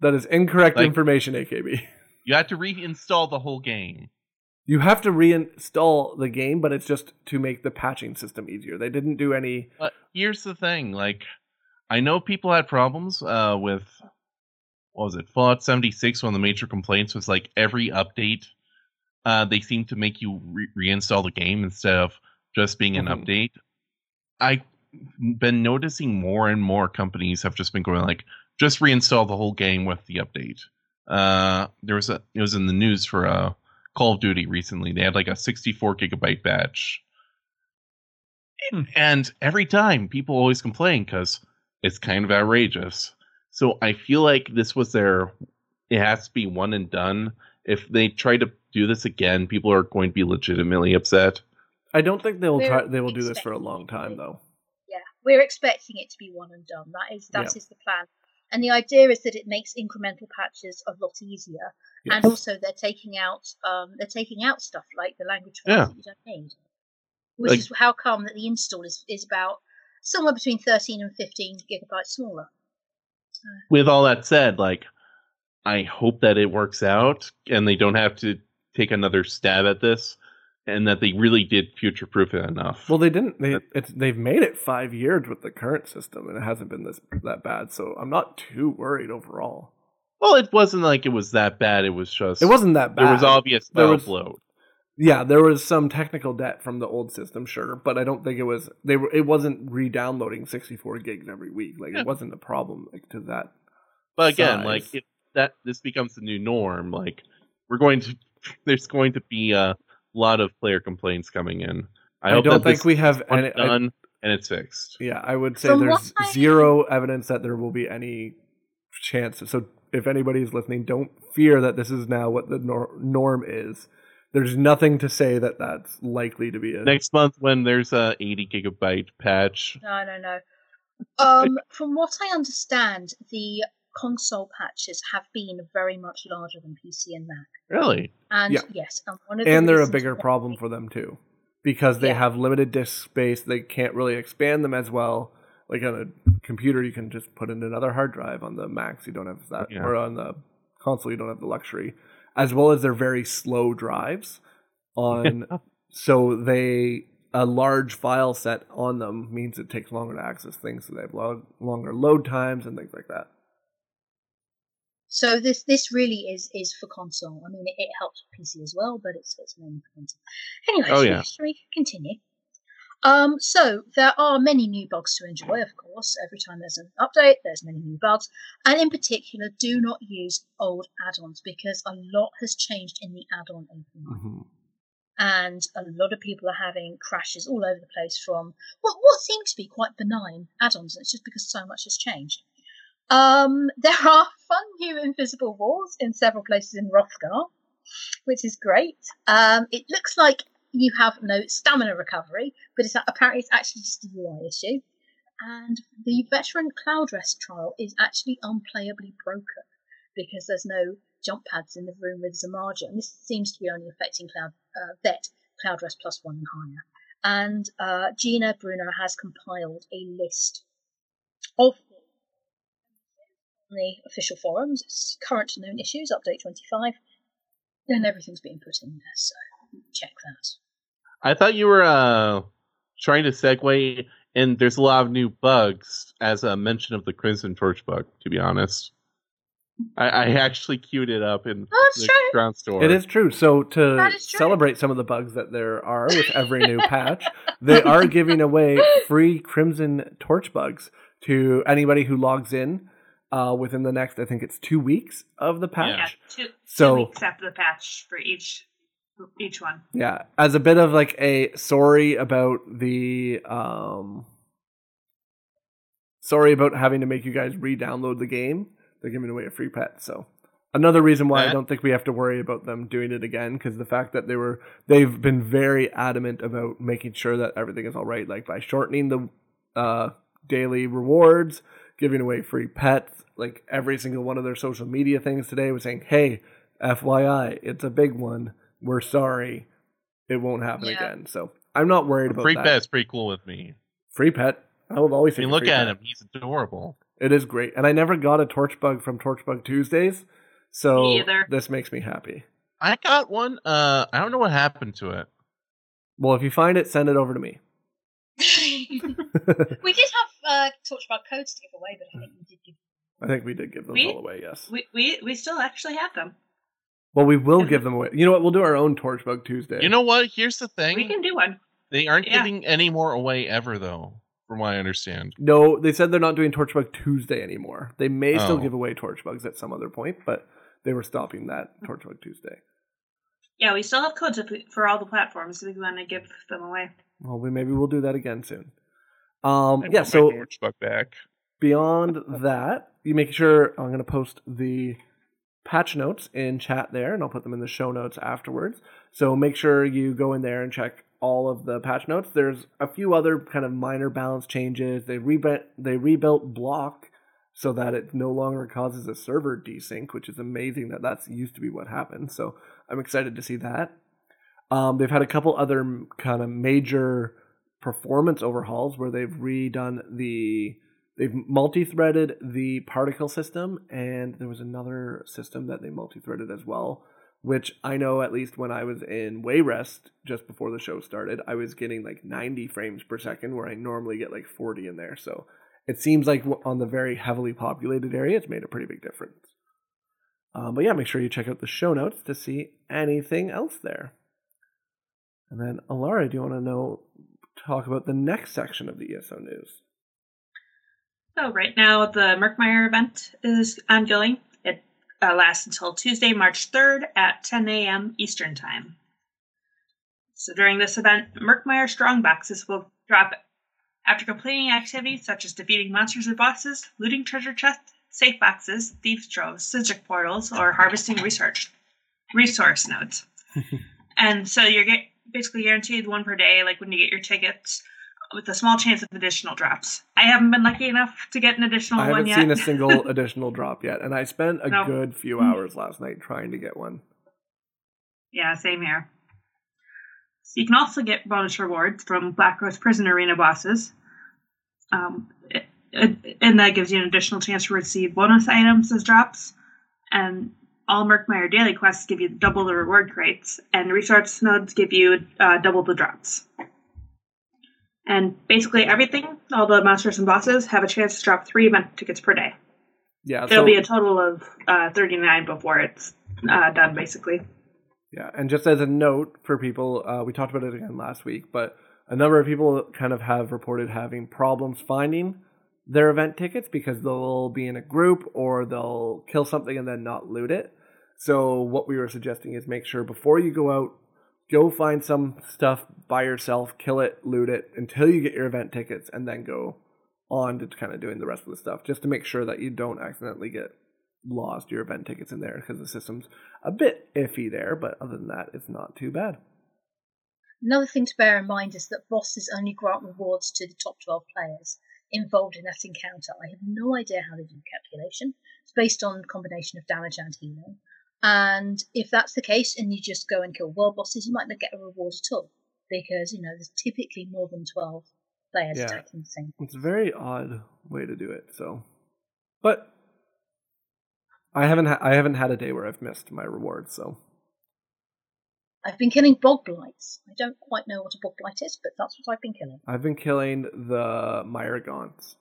Speaker 1: That is incorrect
Speaker 2: Like-
Speaker 1: information, AKB.
Speaker 2: You had to reinstall the whole game.
Speaker 1: [laughs] You have to reinstall the game, but it's just to make the patching system easier. They didn't do any.
Speaker 2: But here's the thing: like, I know people had problems uh, with what was it Fallout 76. One of the major complaints was like every update uh, they seem to make you re- reinstall the game instead of just being an
Speaker 1: Mhm.
Speaker 2: update. I've been noticing more and more companies have just been going like, just reinstall the whole game with the update. Uh, there was a it was in the news for uh, Call of Duty recently. They had like a 64 gigabyte batch,
Speaker 5: Hmm.
Speaker 2: and every time people always complain because it's kind of outrageous. So I feel like this was their it has to be one and done. If they try to do this again, people are going to be legitimately upset.
Speaker 1: I don't think they'll
Speaker 4: We're
Speaker 1: try, they will do this for a long
Speaker 4: expecting
Speaker 1: time
Speaker 4: it.
Speaker 1: though.
Speaker 4: Yeah, we're expecting it to be one and done. That is that is
Speaker 1: Yeah.
Speaker 4: the plan, and the idea is that it makes incremental patches a lot easier.
Speaker 1: Yes.
Speaker 4: And also, they're taking out um, they're taking out stuff like the language files
Speaker 2: Yeah.
Speaker 4: that you don't need, which
Speaker 2: Like-
Speaker 4: is how come that the install is is about somewhere between thirteen and fifteen gigabytes smaller.
Speaker 2: With all that said, like I hope that it works out and they don't have to take another stab at this and that they really did future proof it enough.
Speaker 1: Well, they didn't. They it's, they've made it five years with the current system, and it hasn't been this that bad. So I'm not too worried overall.
Speaker 2: well, it wasn't like it was that bad. It was just
Speaker 1: It wasn't that bad.
Speaker 2: there was obvious
Speaker 1: There
Speaker 2: there
Speaker 1: was-
Speaker 2: bloat.
Speaker 1: Yeah, there was some technical debt from the old system, sure, but I don't think it was. They were. It wasn't re-downloading 64 gigs every week. Like
Speaker 2: Yeah.
Speaker 1: it wasn't a problem like, to that.
Speaker 2: But again,
Speaker 1: size.
Speaker 2: like if that this becomes the new norm, like we're going to [laughs] there's going to be a lot of player complaints coming in. I,
Speaker 1: I,
Speaker 2: hope
Speaker 1: don't
Speaker 2: that this
Speaker 1: think we have
Speaker 2: one
Speaker 1: any. I-
Speaker 2: done and it's fixed.
Speaker 1: yeah, I would say
Speaker 4: From
Speaker 1: there's
Speaker 4: what I-
Speaker 1: zero evidence that there will be any chance. So if anybody's listening, don't fear that this is now what the nor- norm is. There's nothing to say that that's likely to be a
Speaker 2: Next month, when there's a 80 gigabyte patch,
Speaker 4: No, no, no.
Speaker 1: [laughs]
Speaker 4: Um, from what I understand, the console patches have been very much larger than PC and Mac.
Speaker 2: really,
Speaker 4: And
Speaker 1: Yeah.
Speaker 4: yes, and one of the
Speaker 1: and they're a
Speaker 4: reasons
Speaker 1: bigger
Speaker 4: why-
Speaker 1: problem for them too because they
Speaker 4: Yeah.
Speaker 1: have limited disk space they can't really expand them as well like on a computer you can just put in another hard drive on the macs you don't have that
Speaker 2: Yeah.
Speaker 1: or on the console you don't have the luxury as well as they're very slow drives on so they a large file set on them means it takes longer to access things so they have lo- longer load times and things like that
Speaker 4: So this this really is is for console. I mean, it, it helps PC as well, but it's it's mainly for console. Anyway,
Speaker 2: Oh,
Speaker 4: shall-
Speaker 2: yeah.
Speaker 4: shall we continue? Um, so there are many new bugs to enjoy, of course. Every time there's an update, there's many new bugs, and in particular, do not use old add-ons because a lot has changed in the add-on overnight. and a lot of people are having crashes all over the place from what what seem to be quite benign add-ons. and It's just because so much has changed. Um, [laughs] there are fun new invisible walls in several places in Rothgar, which is great. Um, it looks like you have no stamina recovery, but it's apparently it's actually just a UI issue. And the veteran cloud rest trial is actually unplayably broken because there's no jump pads in the room with Zamaja, and this seems to be only affecting Cloud uh, Vet, Cloud Rest Plus One and higher. And uh, Gina Bruno has compiled a list of the official forums, it's current known issues, update 25, and everything's being put in there, so check that.
Speaker 2: I thought you were uh, trying to segue, and there's a lot of new bugs as a mention of the Crimson Torch bug. To be honest, I, I actually queued it up in
Speaker 4: Oh, that's
Speaker 2: the
Speaker 4: true.
Speaker 2: ground store.
Speaker 1: It is true. So to
Speaker 4: That is true.
Speaker 1: celebrate some of the bugs that there are with every new patch, they are giving away free Crimson Torch bugs to anybody who logs in uh, within the next, I think it's two weeks of the
Speaker 2: Yeah.
Speaker 1: patch.
Speaker 3: Yeah, two,
Speaker 1: So-
Speaker 3: two weeks after the patch for each each one.
Speaker 1: Yeah, as a bit of like a sorry about the um sorry about having to make you guys re-download the game. They're giving away a free pet, so another reason why I
Speaker 2: That-
Speaker 1: don't think we have to worry about them doing it again because the fact that they were they've been very adamant about making sure that everything is all right, like by shortening the uh daily rewards, giving away free pets, like every single one of their social media things today was saying, "Hey, FYI, it's a big one. We're sorry." It won't happen
Speaker 4: Yeah.
Speaker 1: again. So I'm not worried about
Speaker 2: Free
Speaker 1: that.
Speaker 2: Pet's pretty cool with me.
Speaker 1: Free pet. I would always
Speaker 2: I mean,
Speaker 1: take a
Speaker 2: look
Speaker 1: free
Speaker 2: at
Speaker 1: pet.
Speaker 2: him; he's adorable.
Speaker 1: It is great. And I never got a torch bug from Torch Bug Tuesdays. So
Speaker 3: Me either.
Speaker 1: this makes me happy.
Speaker 2: I got one. Uh, I don't know what happened to it.
Speaker 1: Well, if you find it, send it over to me. [laughs]
Speaker 4: [laughs] we did have uh, Torchmark codes to give away, but I think we did give
Speaker 1: I think we did give those
Speaker 3: We-
Speaker 1: all away, yes.
Speaker 3: We we we still actually have them.
Speaker 1: Well, we
Speaker 3: [laughs]
Speaker 1: will give them away. You know what? We'll do our own Torchbug Tuesday.
Speaker 6: You know what? Here's the thing.
Speaker 3: We can do one.
Speaker 6: They aren't
Speaker 3: Yeah.
Speaker 6: giving any more away ever, though, from what I understand.
Speaker 1: no, they said they're not doing Torchbug Tuesday anymore. They may still
Speaker 6: Oh.
Speaker 1: give away Torchbugs at some other point, but they were stopping that Torchbug Tuesday.
Speaker 3: Yeah, we still have codes if we- for all the platforms if we want to give them away.
Speaker 1: Well, we maybe we'll do that again soon. Um,
Speaker 6: I
Speaker 1: yeah.
Speaker 6: want my
Speaker 1: So
Speaker 6: Torchbuck back.
Speaker 1: beyond that, you make sure I'm going to post the patch notes in chat there, and I'll put them in the show notes afterwards. So make sure you go in there and check all of the patch notes. There's a few other kind of minor balance changes. They rebuilt they rebuilt block so that it no longer causes a server desync, which is amazing that that's used to be what happened. So I'm excited to see that. Um, they've had a couple other kind of major performance overhauls where they've redone the they've multi-threaded the particle system and there was another system that they multi-threaded as well which i know at least when i was in wayrest just before the show started i was getting like 90 frames per second where i normally get like 40 in there so it seems like w- on the very heavily populated area it's made a pretty big difference um, but yeah make sure you check out the show notes to see anything else there and then alara do you want to know talk about the next section of the eso news
Speaker 3: So right now the Merkmeyer event is ongoing. It uh, lasts until Tuesday, March 3rd at 10 a.m. Eastern Time. So during this event, Merkmeyer strong boxes will drop after completing activities such as defeating monsters or bosses, looting treasure chests, safe boxes, thieves droves, citric portals, or harvesting research
Speaker 1: [laughs]
Speaker 3: resource nodes. and so you're get, basically guaranteed one per day, like when you get your tickets with a small chance of additional drops. I haven't been lucky enough to get an additional
Speaker 1: I haven't
Speaker 3: one yet. [laughs]
Speaker 1: seen a single additional drop yet, and I spent a
Speaker 3: No. Mm.
Speaker 1: good few hours last night trying to get one.
Speaker 3: yeah, same here. So you can also get bonus rewards from Black Rose Prison Arena bosses. Um, it- it- and that gives you an additional chance to receive bonus items as drops. And all Merkmeyer daily quests give you double the reward crates, and resource nodes give you uh, double the drops. And basically everything, all the monsters and bosses, have a chance to drop three event tickets per day.
Speaker 1: Yeah,
Speaker 3: There'll
Speaker 1: so,
Speaker 3: be a total of uh, 39 before it's uh, done, basically.
Speaker 1: yeah. And just as a note for people, uh, we talked about it again last week, but a number of people kind of have reported having problems finding their event tickets because they'll be in a group or they'll kill something and then not loot it. So what we were suggesting is make sure before you go out, go find some stuff by yourself, kill it, loot it until you get your event tickets, and then go on to kind of doing the rest of the stuff just to make sure that you don't accidentally get lost your event tickets in there because the system's a bit iffy there, but other than that, it's not too bad.
Speaker 4: Another thing to bear in mind is that bosses only grant rewards to the top 12 players involved in that encounter. I have no idea how they do the calculation. It's based on a combination of damage and healing. And if that's the case and you just go and kill world bosses, you might not get a reward at all because, you know, there's typically more than 12 players
Speaker 1: Yeah.
Speaker 4: attacking the same.
Speaker 1: It's a very odd way to do it. So, but I haven't ha- I haven't had a day where I've missed my reward. So
Speaker 4: I've been killing bog blights. I don't quite know what a bog blight is, but that's what I've been killing.
Speaker 1: I've been killing the Myragons.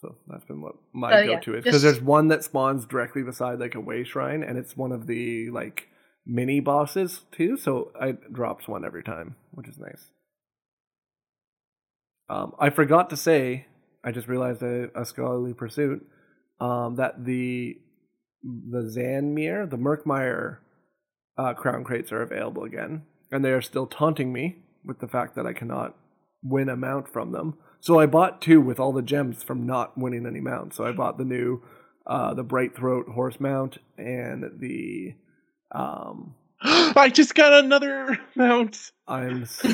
Speaker 1: So that's been what my
Speaker 4: Oh, yeah.
Speaker 1: go-to is because
Speaker 4: Just-
Speaker 1: there's one that spawns directly beside like a way shrine, and it's one of the like mini bosses too. So I it drops one every time, which is nice. Um, I forgot to say, I just realized a, a scholarly pursuit um, that the the Zanmir, the Merkmire uh, crown crates are available again, and they are still taunting me with the fact that I cannot win a mount from them. So I bought two with all the gems from not winning any mounts. So I bought the new, uh, the bright throat horse mount and the, um,
Speaker 6: [gasps] I just got another [laughs] mount.
Speaker 1: I'm s-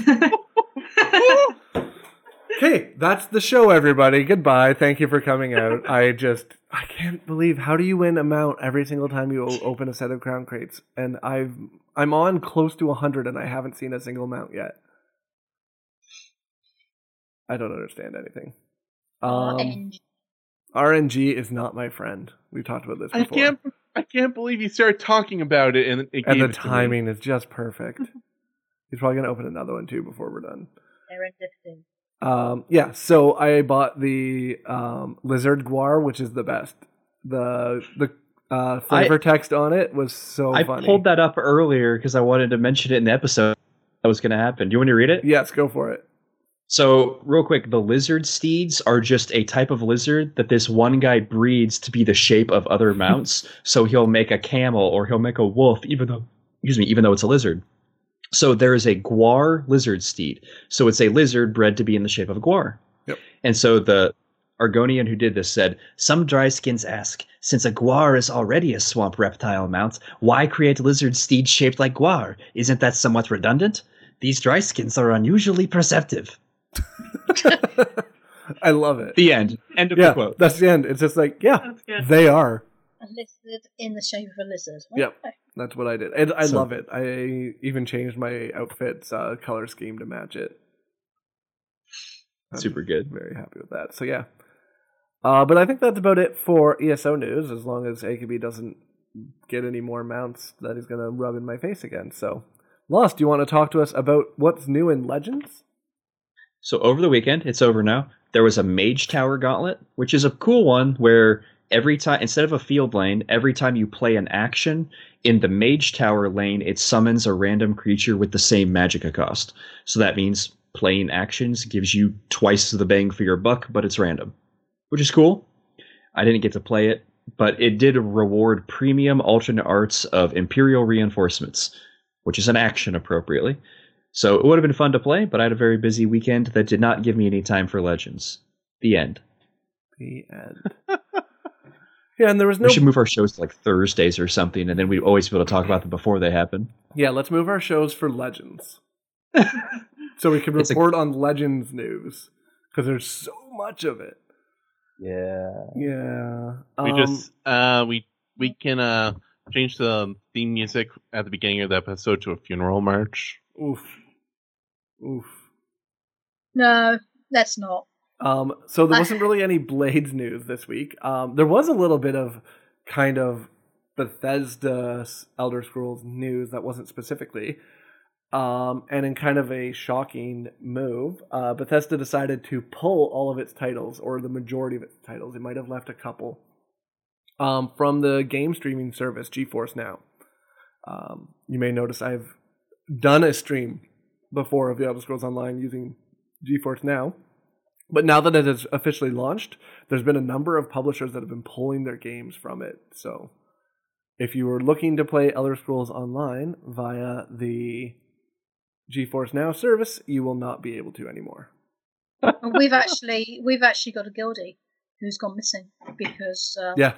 Speaker 1: okay. That's the show, everybody. Goodbye. Thank you for
Speaker 6: [laughs]
Speaker 1: coming out. I just I can't believe how do you win a mount every single time you o- open a set of crown crates? And I've I'm on close to hundred, and I haven't seen a single mount yet. I don't understand anything. Um,
Speaker 4: RNG.
Speaker 1: RNG is not my friend. We've talked about this
Speaker 6: I
Speaker 1: before.
Speaker 6: can't. I can't believe you started talking about it and it
Speaker 1: and
Speaker 6: gave
Speaker 1: the
Speaker 6: it to me.
Speaker 1: timing is
Speaker 6: [laughs]
Speaker 1: just perfect. He's probably gonna open another one too before we're done.
Speaker 4: They're indifferent.
Speaker 1: Um, yeah, so I bought the um, lizard guar, which is the best. The the Uh, flavor text on it was so
Speaker 5: I
Speaker 1: funny.
Speaker 5: pulled that up earlier because I wanted to mention it in the episode that was going to happen. Do you want me to read it?
Speaker 1: Yes, go for it. [laughs]
Speaker 5: So, real quick, the lizard steeds are just a type of lizard that this one guy breeds to be the shape of other mounts. so he'll make a camel or he'll make a wolf, even though, excuse me, even though it's a lizard. So there is a guar lizard steed. So it's a lizard bred to be in the shape of a guar.
Speaker 1: Yep.
Speaker 5: And so the Argonian who did this said, Some dryskins ask, since a guar is already a swamp reptile mount, why create lizard steeds shaped like guar? Isn't that somewhat redundant? These dryskins are unusually perceptive.
Speaker 1: I love it.
Speaker 5: The end. End of
Speaker 1: yeah,
Speaker 5: the quote.
Speaker 1: that's the end. It's just like, yeah,
Speaker 3: That's good.
Speaker 1: they are.
Speaker 4: A lizard in the shape of a lizard.
Speaker 1: Yep. That's what I did, and I
Speaker 5: So-
Speaker 1: love it. I even changed my outfit's uh, color scheme to match it. I'm
Speaker 5: Super good.
Speaker 1: Very happy with that. So yeah, uh, but I think that's about it for ESO news. As long as AKB doesn't get any more mounts that he's going to rub in my face again. So, Lost, do you want to talk to us about what's new in Legends?
Speaker 5: So over the weekend, it's over now. There was a Mage Tower Gauntlet, which is a cool one where every time instead of a field lane, every time you play an action in the Mage Tower lane, it summons a random creature with the same magicka cost. So that means playing actions gives you twice the bang for your buck, but it's random, which is cool. I didn't get to play it, but it did reward premium alternate arts of Imperial reinforcements, which is an action appropriately. So it would have been fun to play, but I had a very busy weekend that did not give me any time for Legends. The end.
Speaker 1: The end.
Speaker 5: [laughs]
Speaker 1: yeah, and there was no
Speaker 5: We should move our shows to like Thursdays or something, and then we'd always be able to talk about them before they happen.
Speaker 1: Yeah, let's move our shows for
Speaker 5: [laughs]
Speaker 1: Legends. so we can
Speaker 5: It's a-
Speaker 1: report on Legends news because there's so much of it.
Speaker 5: Yeah.
Speaker 1: Yeah.
Speaker 6: We
Speaker 1: Um,
Speaker 6: just uh we we can uh change the theme music at the beginning of the episode to a funeral march.
Speaker 1: Um, oof. Oof.
Speaker 4: No, that's not.
Speaker 1: Um, so there wasn't really any Blades news this week. Um, there was a little bit of kind of Bethesda Elder Scrolls news that wasn't specifically. Um, and in kind of a shocking move, uh, Bethesda decided to pull all of its titles, or the majority of its titles. It might have left a couple um, from the game streaming service GeForce Now. Um, you may notice I've done a stream before of The Elder Scrolls Online using GeForce Now. But now that it is officially launched, there's been a number of publishers that have been pulling their games from it. So if you were looking to play Elder Scrolls Online via the GeForce Now service, you will not be able to anymore.
Speaker 4: And we've actually we've actually got a guildie who's gone missing because uh,
Speaker 1: Yeah.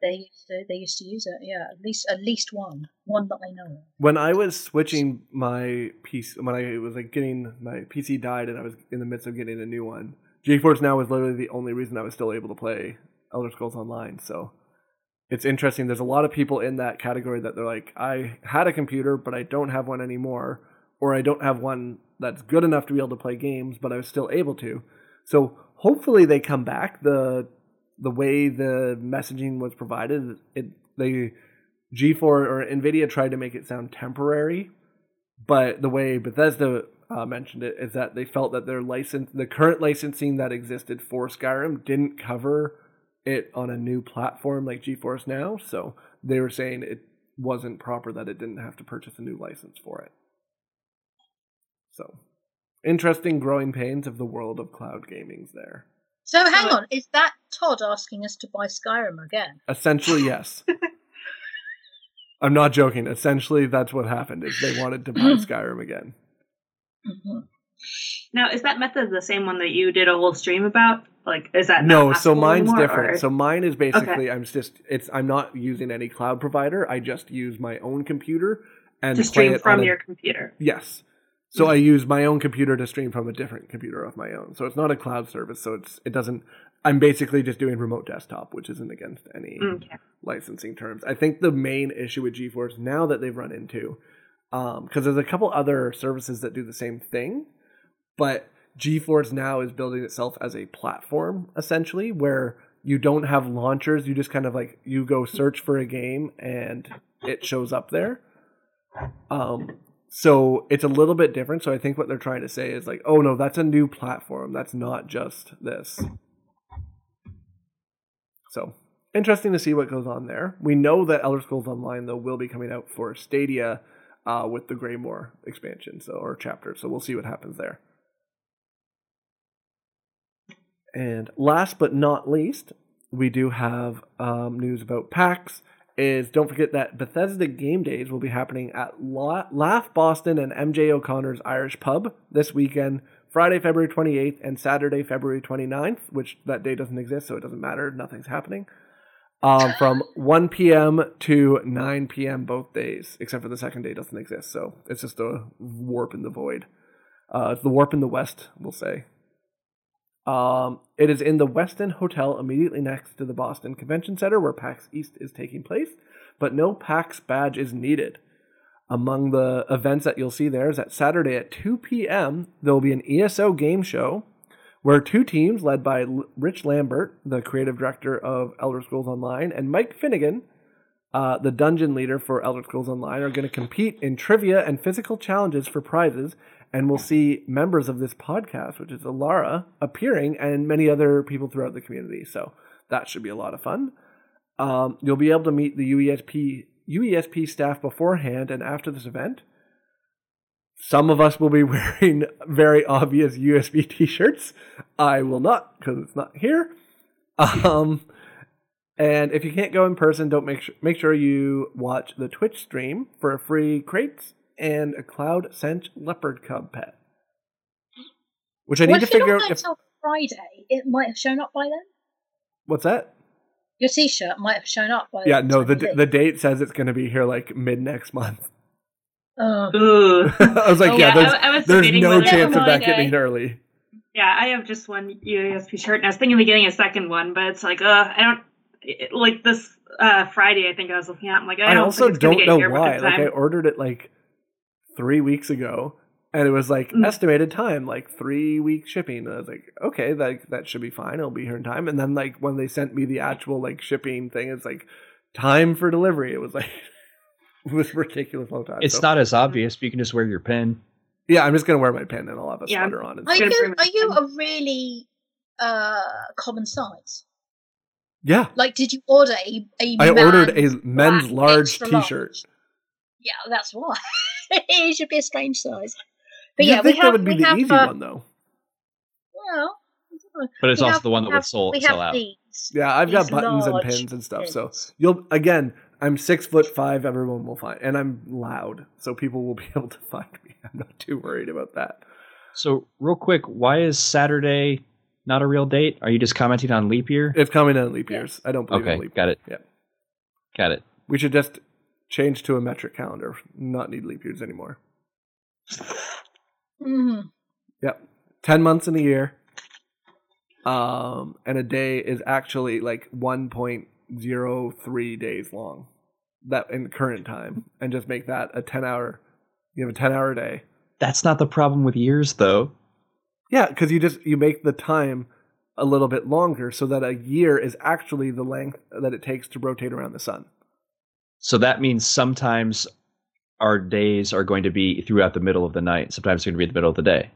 Speaker 4: they used to, they used to use it. Yeah, at least at least one one that I know of.
Speaker 1: When I was switching my PC, when I was like getting my PC died and I was in the midst of getting a new one, GeForce Now was literally the only reason I was still able to play Elder Scrolls Online. So it's interesting. There's a lot of people in that category that they're like, I had a computer, but I don't have one anymore, or I don't have one that's good enough to be able to play games, but I was still able to. So hopefully they come back. The the way the messaging was provided, it they G4 or Nvidia tried to make it sound temporary, but the way Bethesda uh, mentioned it is that they felt that their license, the current licensing that existed for Skyrim, didn't cover it on a new platform like GeForce Now. So they were saying it wasn't proper that it didn't have to purchase a new license for it. So interesting growing pains of the world of cloud gaming's there.
Speaker 4: So hang
Speaker 3: it-
Speaker 4: on, is that Todd asking us to buy Skyrim again?
Speaker 1: Essentially, yes. I'm not joking. Essentially, that's what happened. Is they wanted to buy
Speaker 3: Hmm.
Speaker 1: Skyrim again. Mm-hmm.
Speaker 4: Mhm.
Speaker 3: Now, is that method the same one that you did a whole stream about? Like, is that not
Speaker 1: No, so
Speaker 3: possible
Speaker 1: mine's
Speaker 3: anymore,
Speaker 1: different.
Speaker 3: or-
Speaker 1: So mine is basically I'm just it's I'm not using any cloud provider. I just use my own computer and
Speaker 3: to
Speaker 1: play
Speaker 3: stream
Speaker 1: it
Speaker 3: from
Speaker 1: on a-
Speaker 3: your Hmm. computer.
Speaker 1: yes. So I use my own computer to stream from a different computer of my own. So it's not a cloud service. So it's it doesn't. I'm basically just doing remote desktop, which isn't against any
Speaker 3: Okay.
Speaker 1: licensing terms. I think the main issue with GeForce now that they've run into, because there's a couple other services that do the same thing, but GeForce now is building itself as a platform essentially where you don't have launchers. You just kind of like you go search for a game and it shows up there. Um, so it's a little bit different. So I think what they're trying to say is like, oh no, that's a new platform. That's not just this. So interesting to see what goes on there. We know that Elder Scrolls Online though will be coming out for Stadia uh, with the Greymoor expansion, so or chapter. So we'll see what happens there. And last but not least, we do have um, news about PAX. Is don't forget that Bethesda Game Days will be happening at La- Laugh Boston and MJ O'Connor's Irish Pub this weekend, Friday, February 28th, and Saturday, February 29th, which that day doesn't exist, so it doesn't matter. Nothing's happening. Um, from 1 p.m. to 9 p.m. both days, except for the second day doesn't exist, so it's just a warp in the void. Uh, it's the warp in the west, we'll say. Um, it is in the Weston Hotel immediately next to the Boston Convention Center where PAX East is taking place, but no PAX badge is needed. Among the events that you'll see there is that Saturday at 2 p.m., there will be an ESO game show where two teams, led by L- Rich Lambert, the creative director of Elder Scrolls Online, and Mike Finnegan, uh, the dungeon leader for Elder Scrolls Online, are going to compete in trivia and physical challenges for prizes and we'll see members of this podcast, which is Alara, appearing and many other people throughout the community. So that should be a lot of fun. Um, you'll be able to meet the E UESP UESP E staff beforehand and after this event. Some of us will be [laughs] wearing very obvious USB t-shirts. I will not because it's not here. Um, and if you can't go in person, don't make sure make sure you watch the Twitch stream for free crates and a cloud sent leopard cub pet. Which I need
Speaker 4: well,
Speaker 1: to
Speaker 4: if you don't
Speaker 1: figure
Speaker 4: know
Speaker 1: out if
Speaker 4: until Friday, it might have shown up by then.
Speaker 1: what's that?
Speaker 4: Your T-shirt might have shown up by.
Speaker 1: Yeah, no, the
Speaker 4: time you
Speaker 1: the
Speaker 4: leave.
Speaker 1: date says it's going to be here like mid next month. [laughs]
Speaker 4: Ugh.
Speaker 3: Ugh.
Speaker 1: I was like,
Speaker 3: Oh,
Speaker 1: yeah,
Speaker 3: yeah,
Speaker 1: there's,
Speaker 3: I- I was
Speaker 1: there's
Speaker 3: debating
Speaker 1: no
Speaker 3: whether-
Speaker 1: chance of that
Speaker 3: Holiday.
Speaker 1: getting early.
Speaker 3: Yeah, I have just one USP shirt, and I was thinking of getting a second one, but it's like, uh, I don't it, like this uh, Friday. I think I was looking at. I'm like, I,
Speaker 1: I
Speaker 3: don't
Speaker 1: also
Speaker 3: think it's gonna
Speaker 1: don't
Speaker 3: get
Speaker 1: know
Speaker 3: here by
Speaker 1: why.
Speaker 3: the
Speaker 1: Like, I
Speaker 3: time.
Speaker 1: ordered it like three weeks ago, and it was like
Speaker 3: Mm.
Speaker 1: estimated time, like three week shipping. And I was like, okay, that that should be fine. It'll be here in time. And then like when they sent me the actual like shipping thing, it's like time for delivery. It was like [laughs] it was ridiculous long time.
Speaker 5: It's
Speaker 1: So-
Speaker 5: not as obvious, but you can just wear your pen.
Speaker 1: Yeah, I'm just gonna wear my pin and I'll have a
Speaker 3: Yeah.
Speaker 1: sweater on. And
Speaker 4: Are
Speaker 1: stuff.
Speaker 3: gonna bring
Speaker 4: you
Speaker 3: my
Speaker 4: are you
Speaker 3: friend.
Speaker 4: a really uh, common size?
Speaker 1: yeah,
Speaker 4: Like, did you order a a
Speaker 1: I ordered a
Speaker 4: man's
Speaker 1: men's
Speaker 4: black
Speaker 1: large
Speaker 4: extra large?
Speaker 1: T-shirt.
Speaker 4: Yeah, that's why. [laughs] it should be a strange size. But
Speaker 1: You'd
Speaker 4: yeah,
Speaker 1: think
Speaker 4: we have,
Speaker 1: that would be
Speaker 4: we
Speaker 1: the
Speaker 4: have,
Speaker 1: easy
Speaker 4: uh,
Speaker 1: one though.
Speaker 4: Well, I don't know.
Speaker 5: But it's
Speaker 4: We
Speaker 5: also
Speaker 4: have-
Speaker 5: the one
Speaker 4: we
Speaker 5: that
Speaker 4: have-
Speaker 5: would sell,
Speaker 4: we
Speaker 5: sell
Speaker 4: have
Speaker 5: out.
Speaker 4: These.
Speaker 1: Yeah, I've got
Speaker 4: these
Speaker 1: buttons and
Speaker 4: large
Speaker 1: pins and stuff. So
Speaker 4: pins.
Speaker 1: you'll again, I'm six foot five. Everyone will find, and I'm loud, so people will [laughs] be able to find me. I'm not too worried about that.
Speaker 5: So, real quick, why is Saturday not a real date? Are you just commenting on leap year?
Speaker 1: It's coming in leap
Speaker 4: Yeah.
Speaker 1: years. I don't believe
Speaker 5: Okay,
Speaker 1: in leap.
Speaker 5: got it.
Speaker 1: Yeah.
Speaker 5: Got it.
Speaker 1: We should just change to a metric calendar. Not need leap years anymore.
Speaker 4: Mhm.
Speaker 1: Ten months in a year, um, and a day is actually like one point zero three days long. That in current time, and just make that a ten hour. You have a ten hour day.
Speaker 5: That's not the problem with years, though.
Speaker 1: Yeah, because you just you make the time a little bit longer so that a year is actually the length that it takes to rotate around the sun.
Speaker 5: So that means sometimes our days are going to be throughout the middle of the night. Sometimes they're going to be the middle of the day.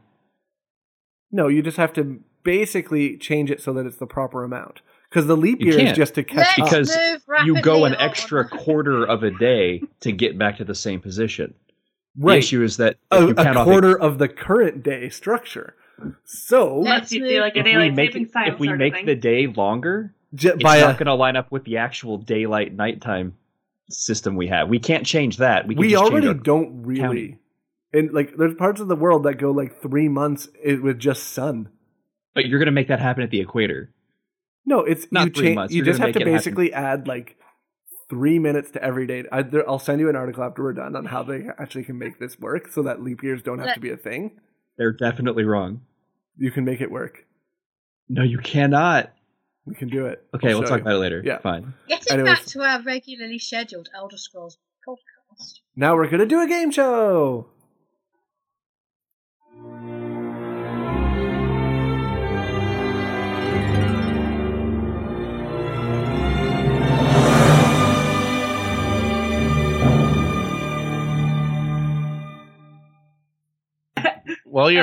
Speaker 1: No, you just have to basically change it so that it's the proper amount. Because the leap
Speaker 5: You
Speaker 1: year is
Speaker 5: can't.
Speaker 1: just to catch
Speaker 4: Let's
Speaker 1: up.
Speaker 5: Because
Speaker 4: move
Speaker 5: you go
Speaker 4: rapidly
Speaker 5: an extra
Speaker 4: on.
Speaker 5: quarter of a day to get back to the same position. The
Speaker 1: right,
Speaker 5: issue is that if
Speaker 1: a,
Speaker 5: you
Speaker 1: a
Speaker 5: count off
Speaker 1: quarter of the current day structure. So
Speaker 3: Unless you do like a
Speaker 5: if we
Speaker 3: daylight
Speaker 5: make,
Speaker 3: saving
Speaker 5: it-
Speaker 3: time
Speaker 5: if we
Speaker 3: sort
Speaker 5: make
Speaker 3: of thing.
Speaker 5: the day longer,
Speaker 1: j-
Speaker 5: it's
Speaker 1: by
Speaker 5: not
Speaker 1: a,
Speaker 5: going to line up with the actual daylight nighttime system we have. We can't change that. We, can
Speaker 1: we
Speaker 5: just change
Speaker 1: already
Speaker 5: our-
Speaker 1: don't really,
Speaker 5: counting.
Speaker 1: and like there's parts of the world that go like three months i- with just sun.
Speaker 5: but you're going to make that happen at the equator.
Speaker 1: No, it's
Speaker 5: Not
Speaker 1: you
Speaker 5: three
Speaker 1: cha-
Speaker 5: months,
Speaker 1: You
Speaker 5: you're
Speaker 1: just
Speaker 5: gonna
Speaker 1: have to
Speaker 5: make it happen.
Speaker 1: basically add like three minutes to every day. I, there, I'll send you an article after we're done on how they actually can make this work so that leap years don't have
Speaker 4: Let-
Speaker 1: to be a thing.
Speaker 5: They're definitely wrong.
Speaker 1: You can make it work.
Speaker 5: No, you cannot.
Speaker 1: We can do it.
Speaker 5: Okay,
Speaker 1: I'll
Speaker 5: we'll
Speaker 1: show
Speaker 5: talk
Speaker 1: you.
Speaker 5: about it later.
Speaker 1: Yeah.
Speaker 5: Fine.
Speaker 4: Getting
Speaker 1: Anyways.
Speaker 4: back to our regularly scheduled Elder Scrolls podcast.
Speaker 1: Now we're gonna do a game show.
Speaker 6: While you're
Speaker 3: Uh,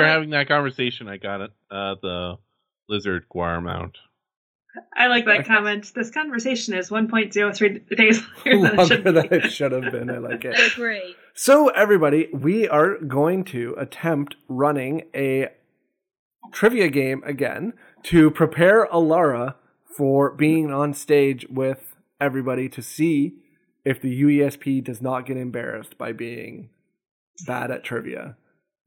Speaker 6: having that conversation, I got uh, the lizard guar mount.
Speaker 3: I like that comment. This conversation is 1.03 days [laughs] longer
Speaker 1: [laughs]
Speaker 3: than it
Speaker 1: Longer
Speaker 3: should
Speaker 1: than
Speaker 3: be.
Speaker 1: it should have been. I like it.
Speaker 4: I agree.
Speaker 1: So, everybody, we are going to attempt running a trivia game again to prepare Alara for being on stage with everybody to see if the UESP does not get embarrassed by being bad at trivia.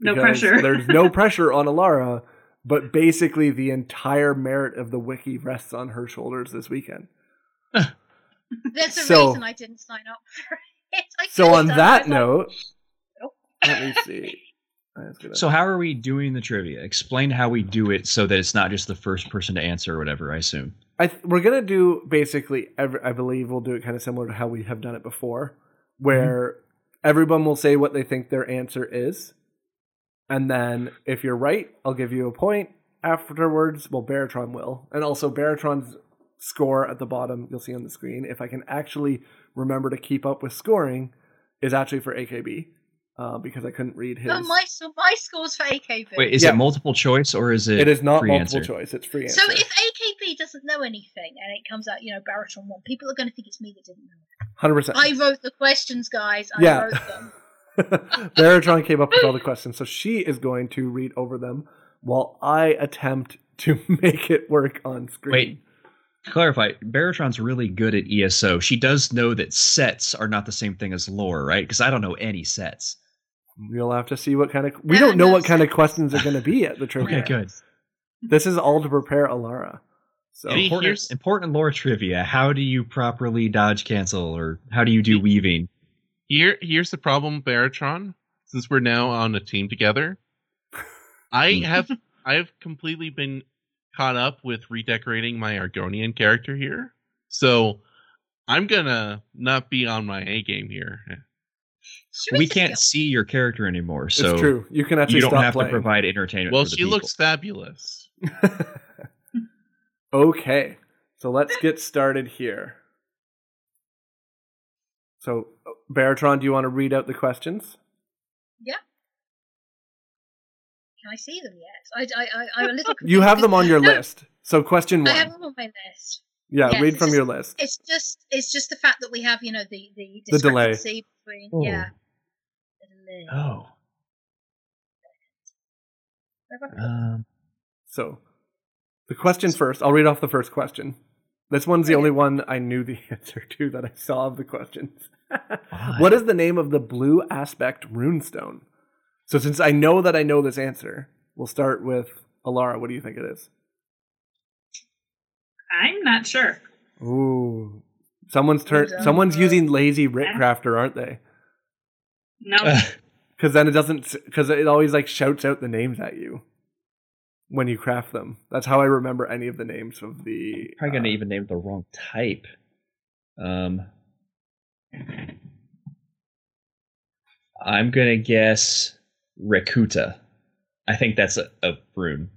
Speaker 3: No
Speaker 1: Because
Speaker 3: pressure. [laughs]
Speaker 1: there's no pressure on Alara, but basically the entire merit of the wiki rests on her shoulders this weekend.
Speaker 4: There's a
Speaker 1: So-
Speaker 4: reason I didn't sign up for it. [laughs] I
Speaker 1: So,
Speaker 4: could've
Speaker 1: on
Speaker 4: done. I
Speaker 1: that
Speaker 4: was like,
Speaker 1: note,
Speaker 4: Nope.
Speaker 1: let me see. I was gonna-
Speaker 5: So how are we doing the trivia? Explain how we do it so that it's not just the first person to answer or whatever. I assume.
Speaker 1: I th- we're gonna do basically. Every, I believe we'll do it kind of similar to how we have done it before, where
Speaker 5: Mm-hmm.
Speaker 1: everyone will say what they think their answer is, and then if you're right, I'll give you a point. Afterwards, well, Baratron will, and also Baratron's score at the bottom you'll see on the screen. If I can actually remember to keep up with scoring, is actually for AKB uh, because I couldn't read his.
Speaker 4: Oh, my, so my score's for AKB.
Speaker 5: Wait, is
Speaker 1: Yeah.
Speaker 5: it multiple choice or is it?
Speaker 1: it is not
Speaker 5: free
Speaker 1: multiple
Speaker 5: answer?
Speaker 1: choice; it's free answer.
Speaker 4: so if AKB doesn't know anything and it comes out, you know, Baritone 1, people are going to think it's me that didn't know.
Speaker 1: hundred percent. [laughs]
Speaker 4: I wrote the questions, guys. I
Speaker 1: Yeah.
Speaker 4: wrote
Speaker 1: [laughs]
Speaker 4: them.
Speaker 1: Baratron came up with all the questions, so she is going to read over them while I attempt to [laughs] make it work on screen.
Speaker 5: Wait. Clarify. Baratron's really good at ESO. She does know that sets are not the same thing as lore, right? Because I don't know any sets.
Speaker 1: You'll have to see what kind of we
Speaker 4: Yeah,
Speaker 1: don't know
Speaker 4: no,
Speaker 1: what kind of
Speaker 4: so-
Speaker 1: questions are going to be at the trivia.
Speaker 5: Okay, good.
Speaker 1: This is all to prepare Alara. So
Speaker 6: Did he hear-
Speaker 5: Important, important lore trivia. How do you properly dodge cancel, or how do you do weaving?
Speaker 6: Here, here's the problem, Baratron. Since we're now on a team together, I
Speaker 5: Hmm.
Speaker 6: have I have completely been caught up with redecorating my Argonian character here. So I'm gonna not be on my A game here.
Speaker 4: Should
Speaker 5: We
Speaker 4: just go-
Speaker 5: can't see your character anymore, so
Speaker 1: it's true. You can actually
Speaker 5: you don't
Speaker 1: stop
Speaker 5: have
Speaker 1: playing.
Speaker 5: to provide entertainment.
Speaker 6: Well,
Speaker 5: for the
Speaker 6: she
Speaker 5: people.
Speaker 6: looks fabulous.
Speaker 1: okay, so let's get started here. So, Baratron, do you want to read out the questions?
Speaker 4: Can I see them yet? I, I, I, am a little.
Speaker 1: [laughs] You have them on your
Speaker 4: No,
Speaker 1: list. So, question
Speaker 4: I
Speaker 1: one.
Speaker 4: have them on my list.
Speaker 1: Yeah,
Speaker 4: Yes,
Speaker 1: read from
Speaker 4: it's
Speaker 1: your list.
Speaker 4: It's just, it's just the fact that we have, you know, the the,
Speaker 1: The delay.
Speaker 4: discrepancy between,
Speaker 5: Oh.
Speaker 4: yeah. The delay.
Speaker 5: Oh.
Speaker 4: Where have I put them?
Speaker 5: Um,
Speaker 1: So, the question first. I'll read off the first question. This one's the only one I knew the [laughs] answer to that I saw of the questions. what
Speaker 5: [laughs]
Speaker 1: is the name of the blue aspect runestone? So, since I know that I know this answer, we'll start with Alara. What do you think it is?
Speaker 3: I'm not sure.
Speaker 1: Ooh, someone's turn.
Speaker 4: Dunno.
Speaker 1: Someone's using lazy writ crafter, aren't they?
Speaker 3: No,
Speaker 5: Uh,
Speaker 1: Because then it doesn't. Because it always like shouts out the names at you when you craft them. That's how I remember any of the names of the.
Speaker 5: probably gonna
Speaker 1: uh,
Speaker 5: even name the wrong type. Um, I'm gonna guess Rakuta. I think that's a, a rune.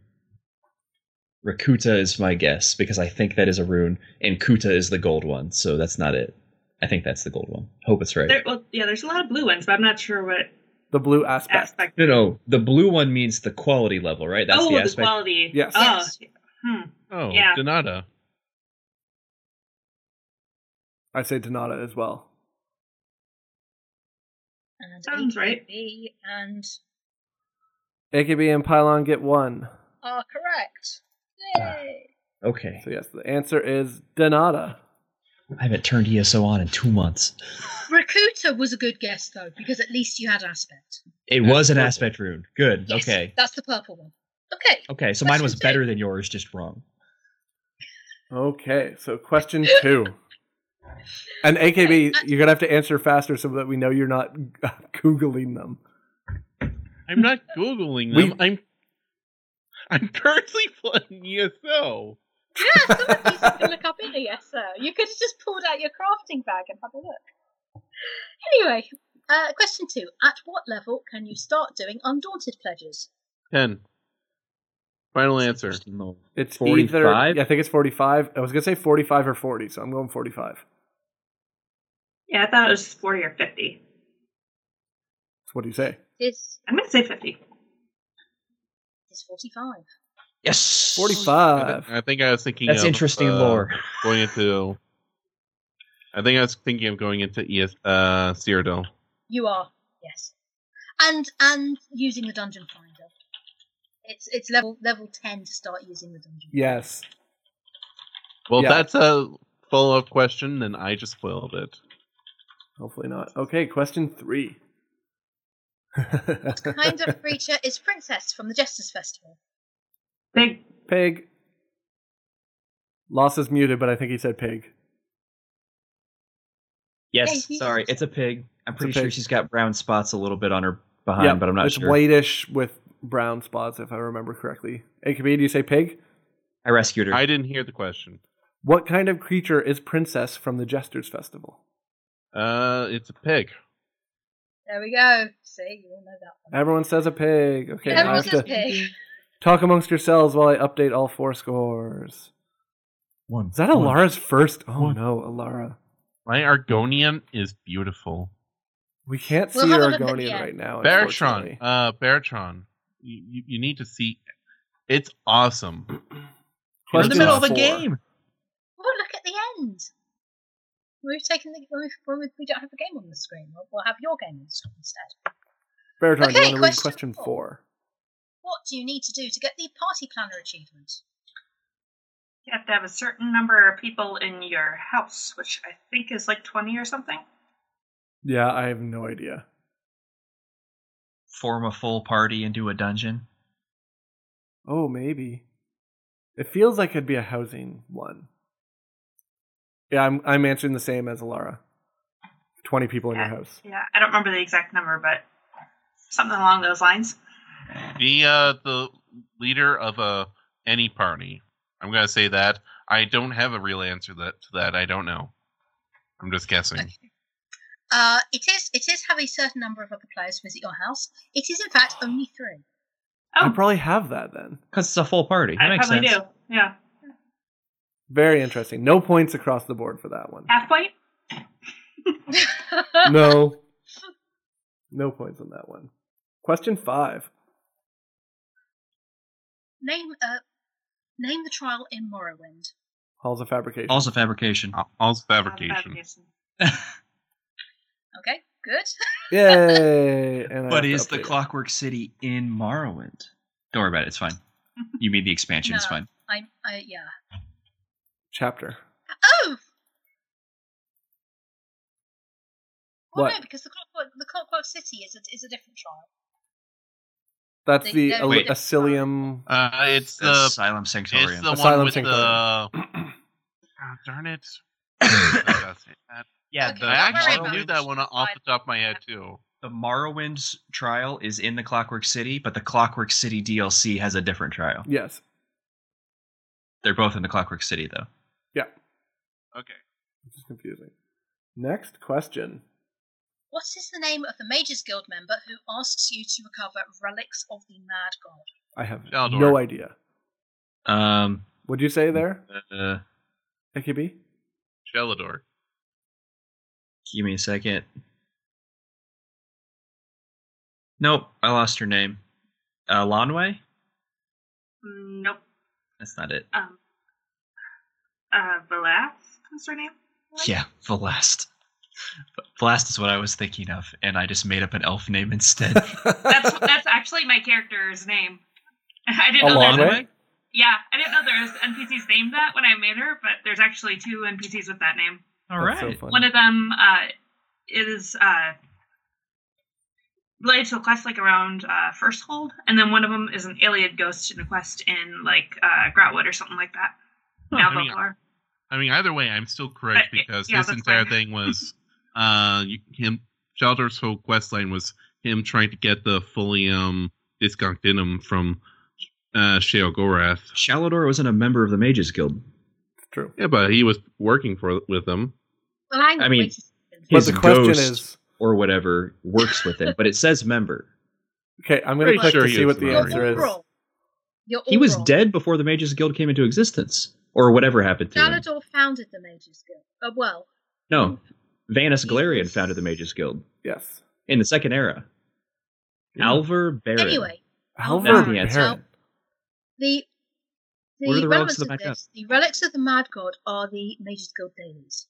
Speaker 5: Rakuta is my guess because I think that is a rune, and Kuta is the gold one, so that's not it. I think that's the gold one. Hope it's right.
Speaker 3: [laughs] there, well, yeah, there's a lot of blue ones, but I'm not sure what
Speaker 1: the blue aspect.
Speaker 3: aspect.
Speaker 5: no, no, the blue one means the quality level, right? That's
Speaker 3: oh,
Speaker 5: the
Speaker 3: the,
Speaker 5: aspect.
Speaker 3: quality.
Speaker 1: Yes.
Speaker 3: Oh,
Speaker 4: Yes.
Speaker 3: hmm.
Speaker 6: Oh,
Speaker 3: Yeah.
Speaker 6: Donata.
Speaker 1: I say Donata as well.
Speaker 4: And
Speaker 3: Sounds right.
Speaker 4: AKB and
Speaker 1: AKB and Pylon get one.
Speaker 4: are correct.
Speaker 5: Ah.
Speaker 4: Yay!
Speaker 5: Okay,
Speaker 1: So yes, the answer is Donata.
Speaker 5: I haven't turned ESO on in two months.
Speaker 4: Rakuta was a good guess though, because at least you had aspect.
Speaker 5: It was an aspect rune. Good.
Speaker 4: Yes,
Speaker 5: Okay.
Speaker 4: that's the purple one. Okay,
Speaker 5: Okay, so
Speaker 4: That's
Speaker 5: mine was
Speaker 4: just it.
Speaker 5: better than yours, just wrong.
Speaker 1: Okay, so question two. And AKB, you're gonna have to answer faster so that we know you're not [laughs] googling them.
Speaker 6: I'm not googling
Speaker 1: We-
Speaker 6: them. I'm I'm currently [laughs] playing E ESO.
Speaker 4: yeah, someone needs to look up in yes, sir. You could have just pulled out your crafting bag and had a look. Anyway, uh, question two: At what level can you start doing undaunted pledges?
Speaker 6: Ten. Final answer.
Speaker 5: No.
Speaker 1: It's
Speaker 5: 45?
Speaker 1: either I think it's 45. I was gonna say 45 or 40, so I'm going 45.
Speaker 3: Yeah, I thought it was 40 or 50.
Speaker 1: So what do you say?
Speaker 4: Is
Speaker 3: I'm going to say 50.
Speaker 4: is forty-five?
Speaker 5: Yes.
Speaker 1: 45.
Speaker 2: I think I was thinking
Speaker 5: That's
Speaker 2: of,
Speaker 5: interesting
Speaker 2: uh,
Speaker 5: lore.
Speaker 2: Going into, I think I was thinking of going into ES, uh, Cyrodiil.
Speaker 4: You are, yes. And and using the dungeon finder. It's it's level level ten to start using the dungeon.
Speaker 1: Yes.
Speaker 2: Well,
Speaker 1: Yeah.
Speaker 2: that's a follow up question, and I just spoiled it.
Speaker 1: Hopefully not. Okay, question three.
Speaker 4: What kind of creature is Princess from the Jester's Festival?
Speaker 3: Big
Speaker 1: [laughs] Pig. Loss is muted, but I think he said pig.
Speaker 5: Yes.
Speaker 4: Yeah, he-
Speaker 5: Sorry, it's a pig. I'm pretty
Speaker 1: It's a
Speaker 5: sure
Speaker 1: pig.
Speaker 5: she's got brown spots a little bit on her behind, but I'm not
Speaker 1: it's
Speaker 5: sure.
Speaker 1: whitish with brown spots, if I remember correctly. AKB, do you say pig?
Speaker 5: I rescued her.
Speaker 2: I didn't hear the question.
Speaker 1: What kind of creature is Princess from the Jester's Festival?
Speaker 2: Uh, it's a pig.
Speaker 4: There we go. See, you all know that one.
Speaker 1: Everyone says a pig. Okay, now I
Speaker 4: Everyone
Speaker 1: have
Speaker 4: says
Speaker 1: to
Speaker 4: pig.
Speaker 1: talk amongst yourselves while I update all four scores.
Speaker 5: One.
Speaker 1: Is that Alara's first? Oh
Speaker 5: One.
Speaker 1: no, Alara.
Speaker 2: My Argonian is beautiful.
Speaker 1: We can't see
Speaker 4: We'll have a
Speaker 1: your
Speaker 4: look at the
Speaker 1: Argonian
Speaker 4: end.
Speaker 1: right now.
Speaker 2: Baratron,
Speaker 1: unfortunately.
Speaker 2: uh, Baratron, you, you, you need to see. It's awesome. You're in
Speaker 1: Question
Speaker 2: the middle of the
Speaker 1: four.
Speaker 2: game.
Speaker 4: Oh, look at the end. We've taken the when we, when we, we don't have a game on the screen. We'll, we'll have your game on the screen instead.
Speaker 1: Baratron, do you
Speaker 4: Okay,
Speaker 1: want to read
Speaker 4: question
Speaker 1: question
Speaker 4: four.
Speaker 1: four?
Speaker 4: What do you need to do to get the party planner achievement?
Speaker 3: You have to have a certain number of people in your house, which I think is like 20 or something.
Speaker 1: Yeah, I have no idea.
Speaker 5: Form a full party into a dungeon.
Speaker 1: Oh, maybe. It feels like it'd be a housing one. Yeah, I'm I'm answering the same as Alara. Twenty people in your house.
Speaker 3: Yeah, I don't remember the exact number, but something along those lines.
Speaker 2: Be uh, the leader of uh, any party. I'm gonna say that. I don't have a real answer that to that. I don't know. I'm just guessing.
Speaker 4: Uh, it is it is have a certain number of other players visit your house. It is in fact only three.
Speaker 1: I
Speaker 3: Oh,
Speaker 1: probably have that then.
Speaker 5: Because it's a full party. That
Speaker 3: I
Speaker 5: makes
Speaker 3: probably
Speaker 5: sense.
Speaker 3: do. Yeah.
Speaker 1: Very interesting. No points across the board for that one.
Speaker 3: Half point?
Speaker 4: Uh,
Speaker 1: No. No points on that one. Question five.
Speaker 4: name uh, name the trial in Morrowind.
Speaker 1: Halls of Fabrication.
Speaker 5: Also fabrication.
Speaker 2: All's fabrication.
Speaker 4: Okay, good.
Speaker 5: [laughs]
Speaker 1: Yay! And I have
Speaker 5: But
Speaker 1: to
Speaker 5: is the
Speaker 1: update it.
Speaker 5: Clockwork City in Morrowind? Don't worry about it. It's
Speaker 4: [laughs]
Speaker 5: fine. You mean the expansion? It's
Speaker 4: No.
Speaker 5: fine.
Speaker 4: I I yeah.
Speaker 1: chapter?
Speaker 4: Oh. Well,
Speaker 1: What?
Speaker 4: no, because the clockwork the clockwork city is a is a different trial.
Speaker 1: That's
Speaker 4: They-
Speaker 1: the
Speaker 4: they're
Speaker 1: Al-
Speaker 2: Wait.
Speaker 1: Asylum.
Speaker 2: Uh, it's
Speaker 5: That's
Speaker 2: the
Speaker 5: Asylum
Speaker 2: it's
Speaker 5: Sanctorium.
Speaker 2: the
Speaker 1: Asylum
Speaker 2: one with
Speaker 1: Sanctum.
Speaker 2: the. Ah,
Speaker 7: [coughs]
Speaker 2: darn it!
Speaker 5: [laughs]
Speaker 2: I
Speaker 5: yeah,
Speaker 4: Okay,
Speaker 5: the,
Speaker 4: don't worry
Speaker 2: actually
Speaker 4: about
Speaker 2: knew
Speaker 4: it.
Speaker 2: that one off the top of my head too.
Speaker 5: the Morrowind's trial is in the Clockwork City, but the Clockwork City DLC has a different trial.
Speaker 1: [clears throat] Yes.
Speaker 5: They're both in the Clockwork City, though.
Speaker 1: Yeah.
Speaker 2: Okay.
Speaker 1: Which is confusing. Next question.
Speaker 4: What is the name of the Mages Guild member who asks you to recover relics of the Mad God?
Speaker 1: I have
Speaker 2: Sheldor.
Speaker 1: no idea.
Speaker 5: Um,
Speaker 1: What'd you say there,
Speaker 5: uh,
Speaker 1: AKB?
Speaker 2: Shelador.
Speaker 5: give me a second. Nope, I lost her name. Uh, Lonway?
Speaker 3: Nope.
Speaker 5: That's not it.
Speaker 3: Um, uh, Velaz is her name?
Speaker 5: Yeah, Velast. Velast is what I was thinking of, and I just made up an elf
Speaker 1: [laughs]
Speaker 5: name instead.
Speaker 3: That's that's actually my character's name. [laughs] I didn't know
Speaker 1: Alana?
Speaker 3: there's yeah, I didn't know there was NPCs named that when I made her, but there's actually two NPCs with that name.
Speaker 5: All
Speaker 1: That's so
Speaker 5: right.
Speaker 1: funny.
Speaker 3: One of them uh, is uh, related to a quest like around uh, First Hold, and then one of them is an alien ghost in a quest in like uh, Groutwood or something like that.
Speaker 2: Huh,
Speaker 3: Now
Speaker 2: I mean,
Speaker 3: Valgar.
Speaker 2: I mean, either way, I'm still correct
Speaker 3: But, uh,
Speaker 2: because
Speaker 3: yeah,
Speaker 2: this
Speaker 3: that's
Speaker 2: entire
Speaker 3: fine.
Speaker 2: thing was uh you- him. Sheldor's whole quest line was him trying to get the um, Folium Disconctinum from uh Shale Gorath.
Speaker 5: Shalodor wasn't a member of the Mages Guild.
Speaker 1: True.
Speaker 2: Yeah, but he was working for with them.
Speaker 4: Well, hang
Speaker 5: I
Speaker 4: on,
Speaker 5: mean,
Speaker 4: wait a second.
Speaker 1: But
Speaker 5: His
Speaker 1: the question
Speaker 5: ghost.
Speaker 1: is,
Speaker 5: or whatever works with it, but it says member.
Speaker 1: okay, I'm going to
Speaker 2: Pretty
Speaker 1: click
Speaker 2: sure
Speaker 1: to
Speaker 2: he
Speaker 1: see
Speaker 2: was
Speaker 1: what the
Speaker 2: not.
Speaker 4: You're
Speaker 1: answer
Speaker 4: all
Speaker 1: is.
Speaker 4: wrong. You're
Speaker 5: He
Speaker 4: all
Speaker 5: was
Speaker 4: wrong.
Speaker 5: dead before the Mages Guild came into existence, or whatever happened to him.
Speaker 4: Galador founded the Mages Guild. Uh, well,
Speaker 5: No, Vanus
Speaker 4: He
Speaker 5: Galarian
Speaker 4: was-
Speaker 5: founded the Mages Guild
Speaker 1: Yes.
Speaker 5: in the Second Era. Alvar Baron.
Speaker 4: anyway,
Speaker 1: Alvar
Speaker 5: That's the
Speaker 1: Baron.
Speaker 5: answer.
Speaker 4: the
Speaker 5: What are the relics of
Speaker 4: relevance
Speaker 5: the Mad God?
Speaker 4: this, the relics of the Mad God are the Mages Guild dailies,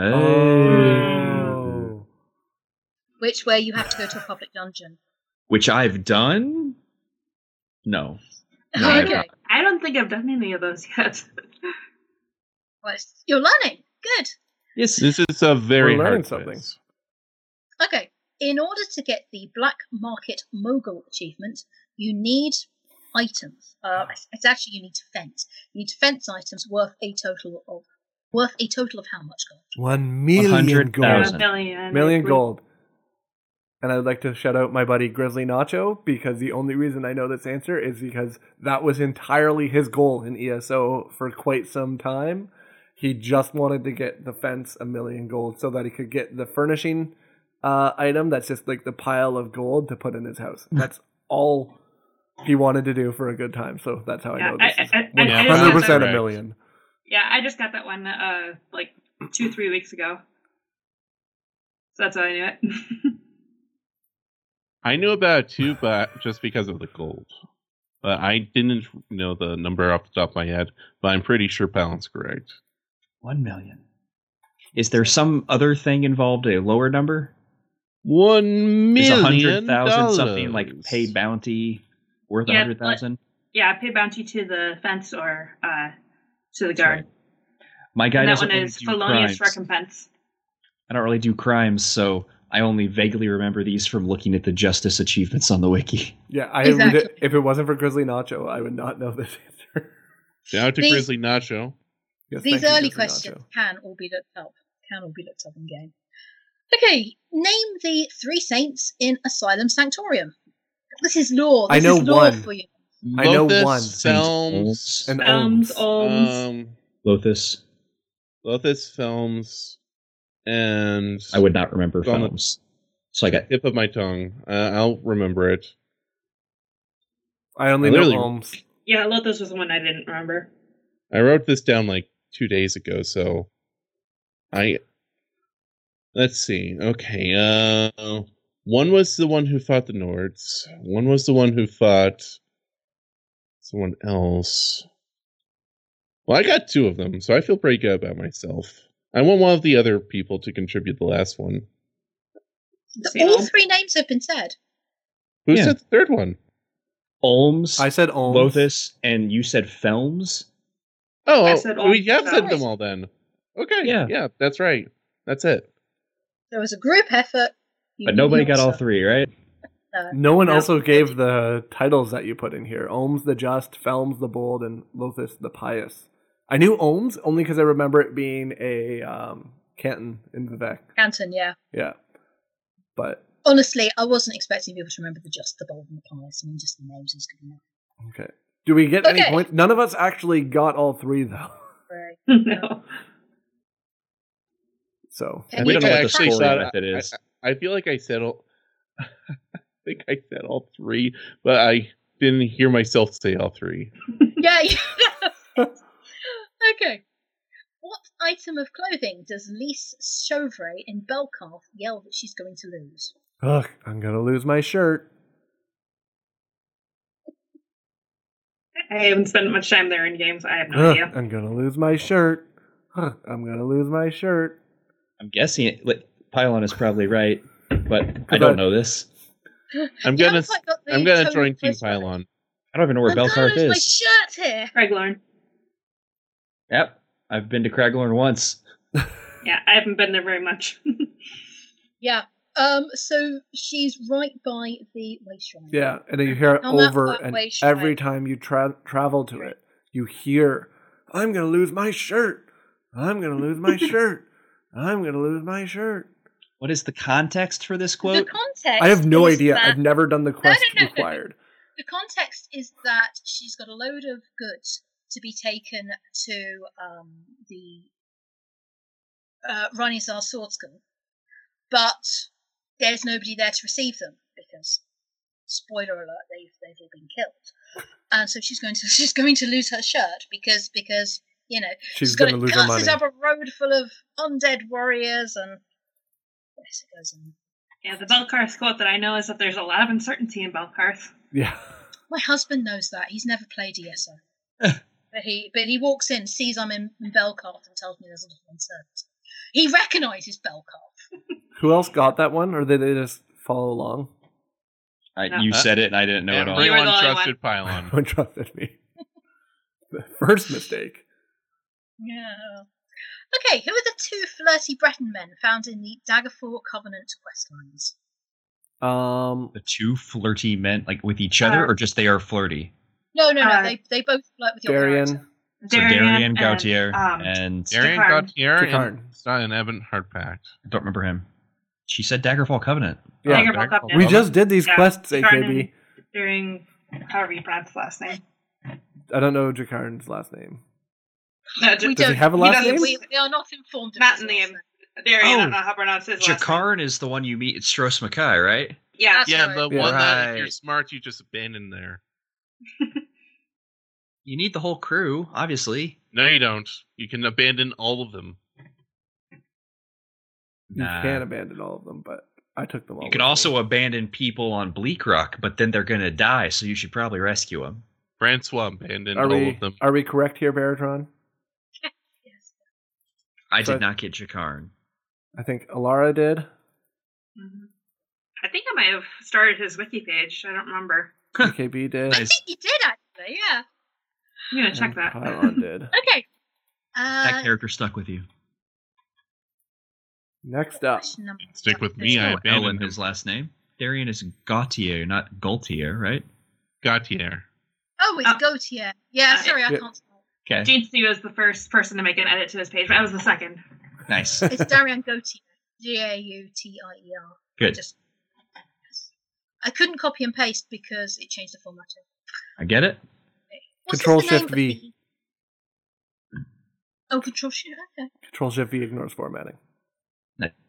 Speaker 1: Oh.
Speaker 4: which where you have to go to a public dungeon.
Speaker 5: Which I've done? No. No, I've
Speaker 4: [laughs] okay,
Speaker 5: not.
Speaker 3: I don't think I've done any of those yet.
Speaker 4: well, it's- you're learning. Good.
Speaker 5: Yes.
Speaker 7: This is a very
Speaker 1: We're learning
Speaker 7: hard
Speaker 1: something.
Speaker 7: quiz.
Speaker 4: Okay. In order to get the Black Market Mogul achievement, you need items. Uh, it's actually you need to fence. You need to fence items worth a total of worth a total of how much gold?
Speaker 1: One million gold.
Speaker 5: 100,000.
Speaker 3: A million.
Speaker 1: Million gold. And I'd like to shout out my buddy Grizzly Nacho because the only reason I know this answer is because that was entirely his goal in ESO for quite some time. He just wanted to get the fence a million gold so that he could get the furnishing uh, item that's just like the pile of gold to put in his
Speaker 4: [laughs]
Speaker 1: house. That's all he wanted to do for a good time. So that's how I
Speaker 3: Yeah,
Speaker 1: know this
Speaker 3: I-
Speaker 1: is
Speaker 3: I- I- I
Speaker 7: just got
Speaker 1: 100% a
Speaker 7: that.
Speaker 1: million.
Speaker 3: Yeah, I just got that one uh like two, three weeks ago. So that's how I knew it. [laughs]
Speaker 2: I knew about it too, but just because of the gold. But I didn't know the number off the top of my head, but I'm pretty sure Palin's correct.
Speaker 5: One million. Is there some other thing involved, a lower number?
Speaker 2: One
Speaker 5: Is
Speaker 2: million
Speaker 5: a hundred thousand something like
Speaker 2: dollars.
Speaker 5: pay bounty worth a
Speaker 3: Yeah,
Speaker 5: hundred thousand?
Speaker 3: yeah, pay bounty to the fence or uh to the guard.
Speaker 5: My guy
Speaker 3: And that
Speaker 5: doesn't
Speaker 3: one
Speaker 5: really
Speaker 3: is
Speaker 5: do
Speaker 3: felonious
Speaker 5: crimes.
Speaker 3: recompense.
Speaker 5: I don't really do crimes, so I only vaguely remember these from looking at the justice achievements on the wiki.
Speaker 1: Yeah, I
Speaker 4: Exactly.
Speaker 1: would, if it wasn't for Grizzly Nacho, I would not know this [laughs] answer.
Speaker 2: Shout out to
Speaker 4: These-
Speaker 2: Grizzly Nacho.
Speaker 1: Yes,
Speaker 4: These
Speaker 1: thank you,
Speaker 4: early
Speaker 1: Grizzly
Speaker 4: questions
Speaker 1: Nacho.
Speaker 4: can all be looked up. Can all be looked up in game. Okay, name the three saints in Asylum Sanctorium. This is law.
Speaker 1: I
Speaker 4: This
Speaker 1: know
Speaker 4: is law
Speaker 1: one.
Speaker 4: for you.
Speaker 1: I know
Speaker 2: Lothus,
Speaker 1: one.
Speaker 2: Selms,
Speaker 1: And
Speaker 3: Elms,
Speaker 1: Olms.
Speaker 3: Olms.
Speaker 2: um,
Speaker 5: Lothus.
Speaker 2: Lothus Films, and
Speaker 5: I would not remember
Speaker 2: Gone with-
Speaker 5: films. So I got
Speaker 2: tip of my tongue. Uh, I'll remember it.
Speaker 1: I only
Speaker 2: I
Speaker 1: know
Speaker 2: literally-
Speaker 1: Holmes.
Speaker 3: yeah, Lothos was the one I didn't remember. [laughs]
Speaker 2: I wrote this down like two days ago, so I let's see. Okay, uh, one was the one who fought the Nords. One was the one who fought someone else. Well, I got two of them, so I feel pretty good about myself. I want one of the other people to contribute the last one.
Speaker 4: The-
Speaker 3: See
Speaker 4: all
Speaker 3: them?
Speaker 4: three names have been said.
Speaker 2: Who
Speaker 5: Yeah.
Speaker 2: said the third one?
Speaker 5: Olms,
Speaker 1: I said Olms.
Speaker 5: Lothus, and you said films.
Speaker 2: Oh,
Speaker 3: I said all
Speaker 2: we have
Speaker 3: of
Speaker 2: said
Speaker 4: them.
Speaker 2: them all then. Okay, yeah,
Speaker 5: Yeah.
Speaker 2: yeah, that's right. That's it.
Speaker 4: There was a group effort. You
Speaker 5: But nobody got all
Speaker 4: also-
Speaker 5: three, right?
Speaker 4: No.
Speaker 1: No one
Speaker 3: No.
Speaker 1: also gave the titles that you put in here. Olms the Just, Felms the Bold, and Lothus the Pious. I knew Olms only because I remember it being a um, canton in Vivek.
Speaker 4: Canton, yeah.
Speaker 1: Yeah. But,
Speaker 4: Honestly, I wasn't expecting people to remember the just the bold and the pious. I mean, just the names is good enough.
Speaker 1: okay. Do we get any
Speaker 4: Okay.
Speaker 1: points? None of us actually got all three, though. [laughs]
Speaker 4: Right.
Speaker 3: no.
Speaker 1: So,
Speaker 4: Can
Speaker 5: we
Speaker 4: you
Speaker 5: don't know what
Speaker 4: do
Speaker 5: the
Speaker 4: that?
Speaker 2: actually
Speaker 5: scoring
Speaker 2: thought-
Speaker 5: method is.
Speaker 2: I feel like I said all. [laughs] I think I said all three, but I didn't hear myself say all three.
Speaker 4: Yeah. you- okay. What item of clothing does Lise Chauvray in Belcarth yell that she's going to lose?
Speaker 1: ugh, I'm going to lose my shirt.
Speaker 3: I haven't spent much time there in games. I have no
Speaker 1: Ugh,
Speaker 3: idea.
Speaker 1: I'm going to lose my shirt. Ugh, I'm going to lose my shirt.
Speaker 5: I'm guessing it, like, Pylon is probably right, but I
Speaker 1: I-
Speaker 5: don't know this.
Speaker 2: I'm
Speaker 4: You
Speaker 2: gonna
Speaker 4: haven't quite got the
Speaker 2: I'm gonna
Speaker 4: total
Speaker 2: join Team
Speaker 4: price right.
Speaker 2: Pylon.
Speaker 5: I don't even know where
Speaker 4: I'm gonna
Speaker 5: Belcarth
Speaker 4: lose
Speaker 5: is.
Speaker 4: my shirt here.
Speaker 3: Craig Lorne.
Speaker 5: Yep, I've been to Craglorn once.
Speaker 3: Yeah, I haven't been there very much. [laughs]
Speaker 4: Yeah. Um. So she's right by the waste shrine.
Speaker 1: Yeah, and you hear it
Speaker 4: Come up
Speaker 1: over
Speaker 4: that
Speaker 1: and
Speaker 4: way, Shai.
Speaker 1: every time you tra- travel to it, you hear, "I'm gonna lose my shirt. I'm gonna lose
Speaker 4: [laughs]
Speaker 1: my shirt. I'm gonna lose my shirt."
Speaker 5: What is the context for this
Speaker 4: The
Speaker 5: quote?
Speaker 4: context.
Speaker 1: I have no
Speaker 4: is
Speaker 1: idea.
Speaker 4: that-
Speaker 1: I've never done the quest
Speaker 4: [laughs] no, no.
Speaker 1: required.
Speaker 4: The context is that she's got a load of goods to be taken to um, the uh, Ranizar Sword School, but there's nobody there to receive them because, spoiler alert, they've they've all been killed, and so she's going to [laughs] she's going to lose her shirt because because you know
Speaker 1: She's
Speaker 4: got
Speaker 1: gonna
Speaker 4: it
Speaker 1: lose her money.
Speaker 4: curses up a road full of undead warriors and yes, it goes on.
Speaker 3: yeah, the Belcarth quote that I know is that there's a lot of uncertainty in Belcarth.
Speaker 1: [laughs] Yeah, [laughs]
Speaker 4: My husband knows that he's never played ESO. E But he but he walks in, sees I'm in, in Belcalf, and tells me there's a little uncertainty. He recognises Belcalf.
Speaker 1: Who else got that one, or did they just follow along?
Speaker 5: I,
Speaker 3: No.
Speaker 5: you said it, and I didn't know it all.
Speaker 3: You were the
Speaker 2: Everyone
Speaker 3: only
Speaker 1: [laughs]
Speaker 2: trusted Pylon.
Speaker 1: Everyone trusted me. First mistake.
Speaker 4: Yeah. Okay, who are the two flirty Breton men found in the Daggerfall Covenant quest lines?
Speaker 1: Um,
Speaker 5: The two flirty men, like with each other,
Speaker 3: Uh,
Speaker 5: or just they are flirty.
Speaker 4: No, no, no.
Speaker 3: Uh,
Speaker 4: they they both flirt with your
Speaker 1: Darian.
Speaker 4: character.
Speaker 5: So Darian
Speaker 3: and,
Speaker 5: Gautier
Speaker 3: um,
Speaker 5: and
Speaker 2: Darian
Speaker 3: Picard.
Speaker 2: Gautier and
Speaker 1: Picard.
Speaker 2: Stein Evan Hardpack.
Speaker 5: I don't remember him. She said Daggerfall Covenant.
Speaker 1: Yeah.
Speaker 3: Daggerfall
Speaker 2: Daggerfall
Speaker 3: Covenant.
Speaker 1: We just did these
Speaker 3: Yeah,
Speaker 1: quests,
Speaker 3: Jakarn
Speaker 1: AKB.
Speaker 3: and Darian, however you pronounce the last name.
Speaker 1: I don't know Jakarn's last name.
Speaker 3: No,
Speaker 4: We
Speaker 3: just,
Speaker 1: Does he
Speaker 4: don't-
Speaker 1: have a
Speaker 3: he
Speaker 1: last
Speaker 3: doesn't-
Speaker 1: name?
Speaker 4: We, we are not informed of
Speaker 3: Not
Speaker 4: his
Speaker 3: in
Speaker 4: last
Speaker 3: the-
Speaker 4: name.
Speaker 3: Darian, I
Speaker 5: Oh,
Speaker 3: don't know how to pronounce his last name.
Speaker 5: Jakarn is the one you meet at Stros Mackay, right?
Speaker 3: Yeah.
Speaker 4: That's
Speaker 2: Yeah,
Speaker 4: right.
Speaker 2: the
Speaker 1: Yeah.
Speaker 2: one that if you're
Speaker 5: Right.
Speaker 2: smart, you just abandon there.
Speaker 5: You need the whole crew, obviously.
Speaker 2: No, you don't. You can abandon all of them.
Speaker 1: You
Speaker 5: Nah.
Speaker 1: can abandon all of them, but I took them all.
Speaker 5: You could
Speaker 1: with me.
Speaker 5: also abandon people on Bleak Rock, but then they're gonna die, so you should probably rescue them.
Speaker 2: Francois abandoned
Speaker 1: Are
Speaker 2: all
Speaker 1: we
Speaker 2: of them.
Speaker 1: are we correct here, Baratron?
Speaker 4: Yes.
Speaker 5: I
Speaker 1: So-
Speaker 5: did not get Jakarn.
Speaker 1: I think Alara did.
Speaker 3: Mhm. I think I might have started his wiki page. I don't remember.
Speaker 1: AKB did.
Speaker 4: I think he did actually. Yeah.
Speaker 3: I'm gonna check
Speaker 1: and
Speaker 3: that.
Speaker 1: Pylon
Speaker 3: [laughs]
Speaker 1: did.
Speaker 4: Okay.
Speaker 5: that
Speaker 4: Uh,
Speaker 5: character stuck with you.
Speaker 1: Next up,
Speaker 4: question number
Speaker 2: Stick with me, I
Speaker 4: seven.
Speaker 5: No L in
Speaker 2: abandoned him.
Speaker 5: his last name. Darian is Gautier, not Gaultier, right?
Speaker 2: Gautier.
Speaker 4: Oh, it's
Speaker 3: Uh,
Speaker 4: Gautier. Yeah,
Speaker 3: uh,
Speaker 4: sorry, I
Speaker 1: yeah.
Speaker 4: can't. spell.
Speaker 5: Okay,
Speaker 3: Gene C was the first person to make an edit to his page, but I was the second.
Speaker 5: [laughs] nice,
Speaker 4: It's Darian Gautier. G A U T I E R.
Speaker 5: good.
Speaker 4: Just. I couldn't copy and paste because it changed the formatting.
Speaker 5: I get it.
Speaker 4: What's
Speaker 1: Control
Speaker 4: his name
Speaker 1: Shift
Speaker 4: for
Speaker 1: V.
Speaker 4: the- Oh, Control Shift. Okay.
Speaker 1: Control Shift V ignores formatting.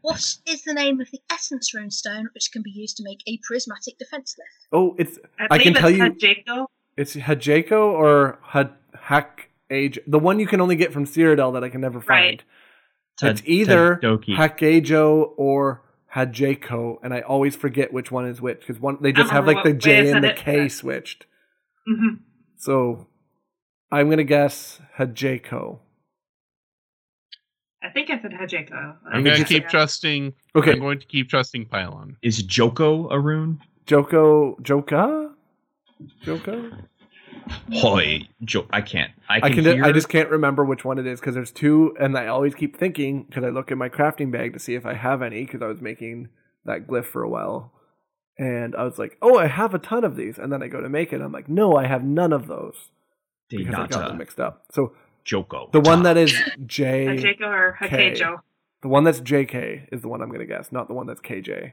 Speaker 4: What is the name of the essence rune stone which can be used to make a prismatic defense lift?
Speaker 1: Oh, it's I
Speaker 3: believe
Speaker 1: can tell
Speaker 3: it's
Speaker 1: you-
Speaker 3: not Jake though.
Speaker 1: it's Hajeko or Had Hack Age, the one you can only get from Cyrodiil that I can never find.
Speaker 3: Right.
Speaker 1: It's either
Speaker 5: Doki.
Speaker 1: Hakejo or Hajeko, and I always forget which one is which because one they just
Speaker 3: don't
Speaker 1: have like
Speaker 3: remember
Speaker 1: the
Speaker 3: what way I
Speaker 1: J and
Speaker 3: said
Speaker 1: the
Speaker 3: it,
Speaker 1: K
Speaker 3: but-
Speaker 1: switched.
Speaker 3: hmm
Speaker 1: So I'm gonna guess Hajeko.
Speaker 3: I think I said Hajiko.
Speaker 2: I'm
Speaker 1: think
Speaker 2: gonna
Speaker 1: you
Speaker 2: keep trusting.
Speaker 1: Okay,
Speaker 2: I'm going to keep trusting Pylon.
Speaker 5: is Joko a rune?
Speaker 1: Joko Joka, Joko.
Speaker 5: Hoy, jo- I can't. I
Speaker 1: I
Speaker 5: can.
Speaker 1: can.
Speaker 5: hear-
Speaker 1: I just can't remember which one it is because there's two, and I always keep thinking because I look in my crafting bag to see if I have any because I was making that glyph for a while, and I was like, "Oh, I have a ton of these," and then I go to make it, I'm like, "No, I have none of those
Speaker 5: Did
Speaker 1: because I
Speaker 5: not,
Speaker 1: got
Speaker 5: uh,
Speaker 1: them mixed up." So
Speaker 5: Joko.
Speaker 1: the one
Speaker 5: Ta.
Speaker 1: that is J,
Speaker 3: Hajiko or
Speaker 1: K.
Speaker 3: Hakejo.
Speaker 1: the one that's JK is the one I'm gonna guess, not the one that's KJ.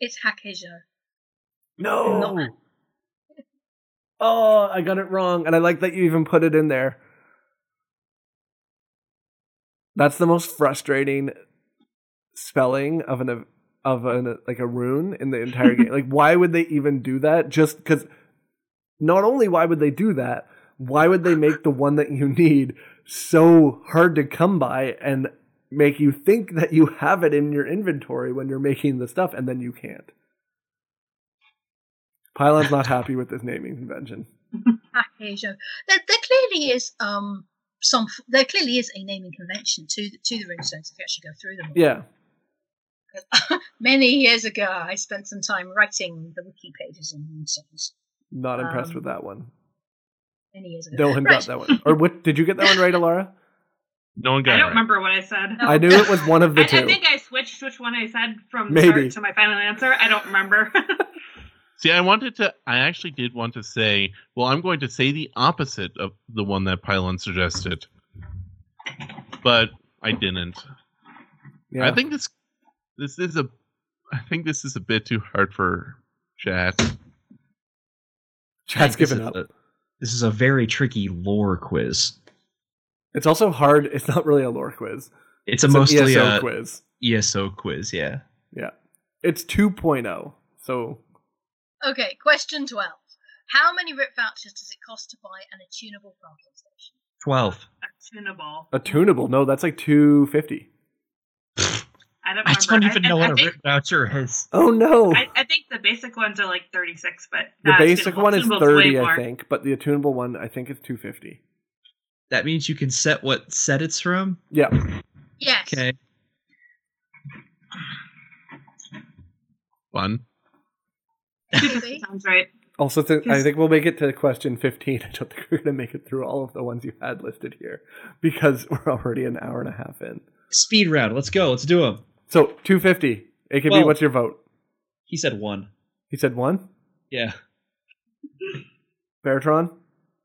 Speaker 4: It's Hakejo.
Speaker 1: No. Oh, I got it wrong, and I like that you even put it in there. That's the most frustrating spelling of an of an like a rune in the entire game. Like, why would they even do that? Just because? Not only why would they do that? Why would they make the one that you need so hard to come by and make you think that you have it in your inventory when you're making the stuff, and then you can't? Pylon's not happy with this naming convention.
Speaker 4: Hakejo. There, there clearly is um some. f- There clearly is a naming convention to the, to the rune stones if you actually go through them.
Speaker 1: Yeah.
Speaker 4: Many years ago, I spent some time writing the wiki pages on rune stones.
Speaker 1: Not impressed
Speaker 4: Um,
Speaker 1: with that one.
Speaker 4: Many years ago.
Speaker 1: Dylan
Speaker 3: [laughs]
Speaker 1: got
Speaker 4: Right.
Speaker 1: that one. Or what did you get that one right, Alara?
Speaker 2: No one got
Speaker 3: I
Speaker 2: it.
Speaker 3: don't
Speaker 2: right.
Speaker 3: remember what I said.
Speaker 4: No.
Speaker 1: I knew it was one of the
Speaker 3: I,
Speaker 1: two.
Speaker 3: I think I switched which one I said from
Speaker 1: Maybe.
Speaker 3: start to my final answer. I don't remember. [laughs]
Speaker 2: See, I wanted to. I actually did want to say. Well, I'm going to say the opposite of the one that Pylon suggested, but I didn't.
Speaker 1: yeah.
Speaker 2: I think this this is a. I think this is a bit too hard for chat.
Speaker 1: Chad's
Speaker 5: This
Speaker 1: given
Speaker 5: is
Speaker 1: up.
Speaker 5: a- this is a very tricky lore quiz.
Speaker 1: It's also hard. It's not really a lore quiz.
Speaker 5: It's a
Speaker 1: It's an
Speaker 5: mostly
Speaker 1: ESO
Speaker 5: a
Speaker 1: quiz.
Speaker 5: ESO quiz. Yeah.
Speaker 1: It's 2.0. So
Speaker 4: Okay, question 12. How many RIP vouchers does it cost to buy an attunable crafting station?
Speaker 5: Twelve.
Speaker 3: Tunable.
Speaker 1: a tunable. No, that's like 250.
Speaker 3: I I don't. Remember.
Speaker 8: I don't even
Speaker 3: I,
Speaker 8: know
Speaker 3: I,
Speaker 8: what
Speaker 3: I
Speaker 8: a
Speaker 3: think,
Speaker 8: rip voucher is.
Speaker 1: Oh no.
Speaker 3: I, I think the basic ones are like thirty six, but
Speaker 1: the
Speaker 3: uh,
Speaker 1: basic
Speaker 3: Tunable-
Speaker 1: one is
Speaker 3: Tunable's way
Speaker 1: 30, I
Speaker 3: more.
Speaker 1: think, but the attunable one I think is 250.
Speaker 5: That means you can set what set it's from.
Speaker 1: Yeah.
Speaker 4: Yes.
Speaker 5: Okay.
Speaker 6: Fun.
Speaker 3: [laughs]
Speaker 4: Maybe.
Speaker 3: Sounds right.
Speaker 1: Also, th- I
Speaker 3: Yes.
Speaker 1: think we'll make it to question 15. [laughs] I don't think we're going to make it through all of the ones you had listed here because [laughs] we're already an hour and a half in.
Speaker 5: Speed round. Let's go. Let's do them.
Speaker 1: So 250. AKB,
Speaker 5: Well-
Speaker 1: what's your vote?
Speaker 5: He said one.
Speaker 1: He said one.
Speaker 5: Yeah.
Speaker 1: Baratron?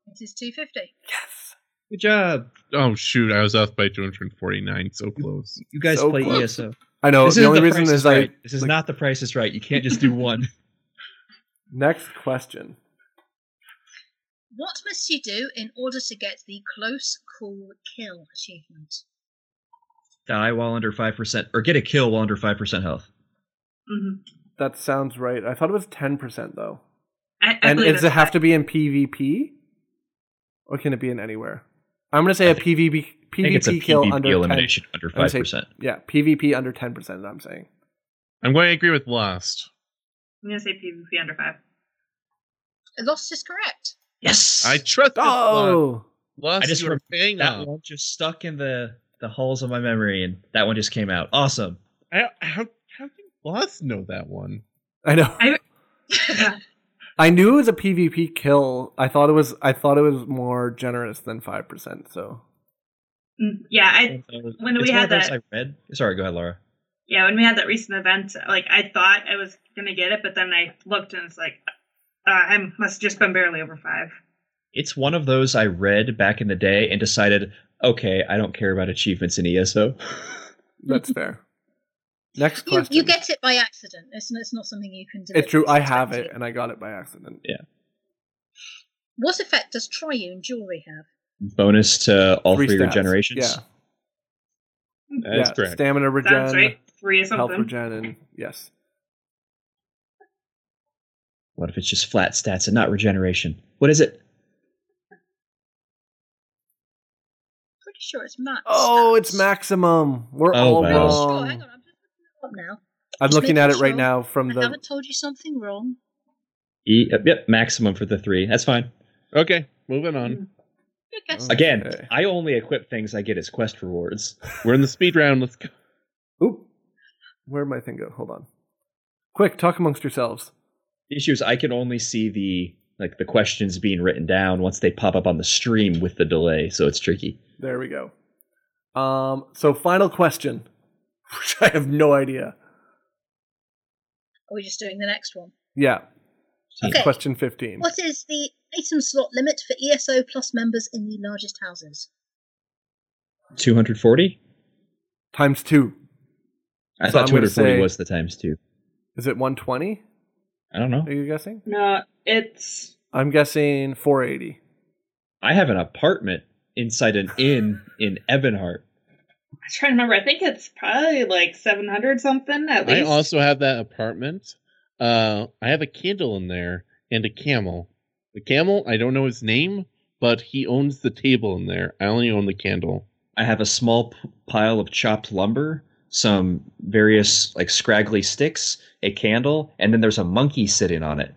Speaker 4: It is 250.
Speaker 1: Yes.
Speaker 5: Good job.
Speaker 6: Oh shoot, I was off by 249. So close.
Speaker 5: You guys
Speaker 1: So
Speaker 5: play
Speaker 1: close.
Speaker 5: ESO.
Speaker 1: I know.
Speaker 5: this
Speaker 1: the
Speaker 5: is
Speaker 1: only
Speaker 5: the
Speaker 1: reason
Speaker 5: Price
Speaker 1: is
Speaker 5: right.
Speaker 1: I.
Speaker 5: This is
Speaker 1: like-
Speaker 5: not the Price is Right. You can't
Speaker 1: [laughs]
Speaker 5: just do one.
Speaker 1: Next question.
Speaker 4: What must you do in order to get the close call kill achievement?
Speaker 5: Die while under five percent, or get a kill while under five percent health.
Speaker 3: hmm
Speaker 1: That sounds right. I thought it was 10%, though.
Speaker 3: I, I
Speaker 1: And
Speaker 3: believe
Speaker 1: does
Speaker 3: that's
Speaker 1: it have to be in PvP? Or can it be in anywhere? I'm going to say a PvP,
Speaker 5: I think it's a
Speaker 1: PvP kill
Speaker 5: PvP
Speaker 1: under 10.
Speaker 5: elimination under
Speaker 1: I would
Speaker 5: five
Speaker 1: say-
Speaker 5: percent.
Speaker 1: Yeah, PvP under 10%, I'm saying.
Speaker 6: I'm going to agree with Lost.
Speaker 3: I'm gonna say PvP under five.
Speaker 4: Lost is correct.
Speaker 5: Yes.
Speaker 6: I trust this Lost.
Speaker 1: Oh!
Speaker 6: Lost.
Speaker 5: I just
Speaker 6: you are
Speaker 5: remember
Speaker 6: paying
Speaker 5: that
Speaker 6: off.
Speaker 5: one just stuck in the the halls of my memory, and that one just came out. Awesome.
Speaker 6: I, how how did Lost know that one?
Speaker 1: I know. [laughs]
Speaker 3: I-
Speaker 4: Yeah.
Speaker 1: I knew it was a PvP kill. I thought it was. I thought it was more generous than five percent. So
Speaker 3: Mm, Yeah, I
Speaker 5: When
Speaker 3: when we had that-
Speaker 5: I read. Sorry, go ahead, Laura.
Speaker 3: yeah when we had that recent event, like I thought I was gonna get it, but then I looked and it's like uh, I must have just been barely over five.
Speaker 5: It's one of those I read back in the day and decided, okay, I don't care about achievements in E ESO.
Speaker 1: that's fair. Next
Speaker 4: You,
Speaker 1: question.
Speaker 4: you get it by accident. It's, it's not something you can do.
Speaker 1: it's true. I have it, and I got it by accident.
Speaker 4: What effect does triune jewelry have?
Speaker 5: [laughs] Bonus to all three,
Speaker 1: stats.
Speaker 5: regenerations.
Speaker 1: Yeah,
Speaker 6: That's
Speaker 1: yeah.
Speaker 6: correct.
Speaker 1: Stamina regen,
Speaker 3: Sounds right. Three or
Speaker 1: health
Speaker 3: something.
Speaker 1: regen, and yes.
Speaker 5: What if it's just flat stats and not regeneration? What is it?
Speaker 4: Pretty sure it's max.
Speaker 1: Oh, it's
Speaker 4: stats.
Speaker 1: maximum. We're
Speaker 5: Oh,
Speaker 1: all
Speaker 5: wow.
Speaker 4: Pretty
Speaker 5: Well-
Speaker 4: sure. Hang
Speaker 1: wrong.
Speaker 4: on, I'm just looking it up now.
Speaker 1: I'm
Speaker 4: Just
Speaker 1: looking at it
Speaker 4: making
Speaker 1: right
Speaker 4: sure
Speaker 1: now from
Speaker 4: I
Speaker 1: the.
Speaker 4: haven't told you something wrong.
Speaker 5: E- yep, yep, maximum for the three. That's fine.
Speaker 6: Okay, moving
Speaker 1: Mm.
Speaker 6: on.
Speaker 4: Good guess.
Speaker 1: Okay.
Speaker 5: Again, I only equip things I get as quest rewards.
Speaker 6: We're in the speed round. Let's go.
Speaker 1: Oop. Where'd my thing go? Hold on. Quick, talk amongst yourselves.
Speaker 5: The issue is I can only see the like the questions being written down once they pop up on the stream with the delay, so it's tricky.
Speaker 1: There we go. Um, so final question, [laughs] which I have no idea.
Speaker 4: Are we just doing the next one?
Speaker 1: Yeah,
Speaker 4: Okay.
Speaker 1: question fifteen.
Speaker 4: What is the item slot limit for ESO plus members in the largest houses?
Speaker 5: Two hundred forty?
Speaker 1: Times two.
Speaker 5: I
Speaker 1: So
Speaker 5: thought
Speaker 1: I'm
Speaker 5: two
Speaker 1: gonna
Speaker 5: hundred forty
Speaker 1: say-
Speaker 5: was the times two.
Speaker 1: Is it one twenty?
Speaker 5: I don't know.
Speaker 1: Are you guessing?
Speaker 3: No, it's
Speaker 1: I'm guessing four eighty.
Speaker 5: I have an apartment inside an inn in Evanhart.
Speaker 3: I'm trying to remember. I think it's probably like seven hundred something at
Speaker 6: I
Speaker 3: least.
Speaker 6: also have that apartment. Uh, I have a candle in there and a camel. The camel, I don't know his name, but he owns the table in there. I only own the candle.
Speaker 5: I have a small p- pile of chopped lumber, some various like scraggly sticks, a candle, and then there's a monkey sitting on it.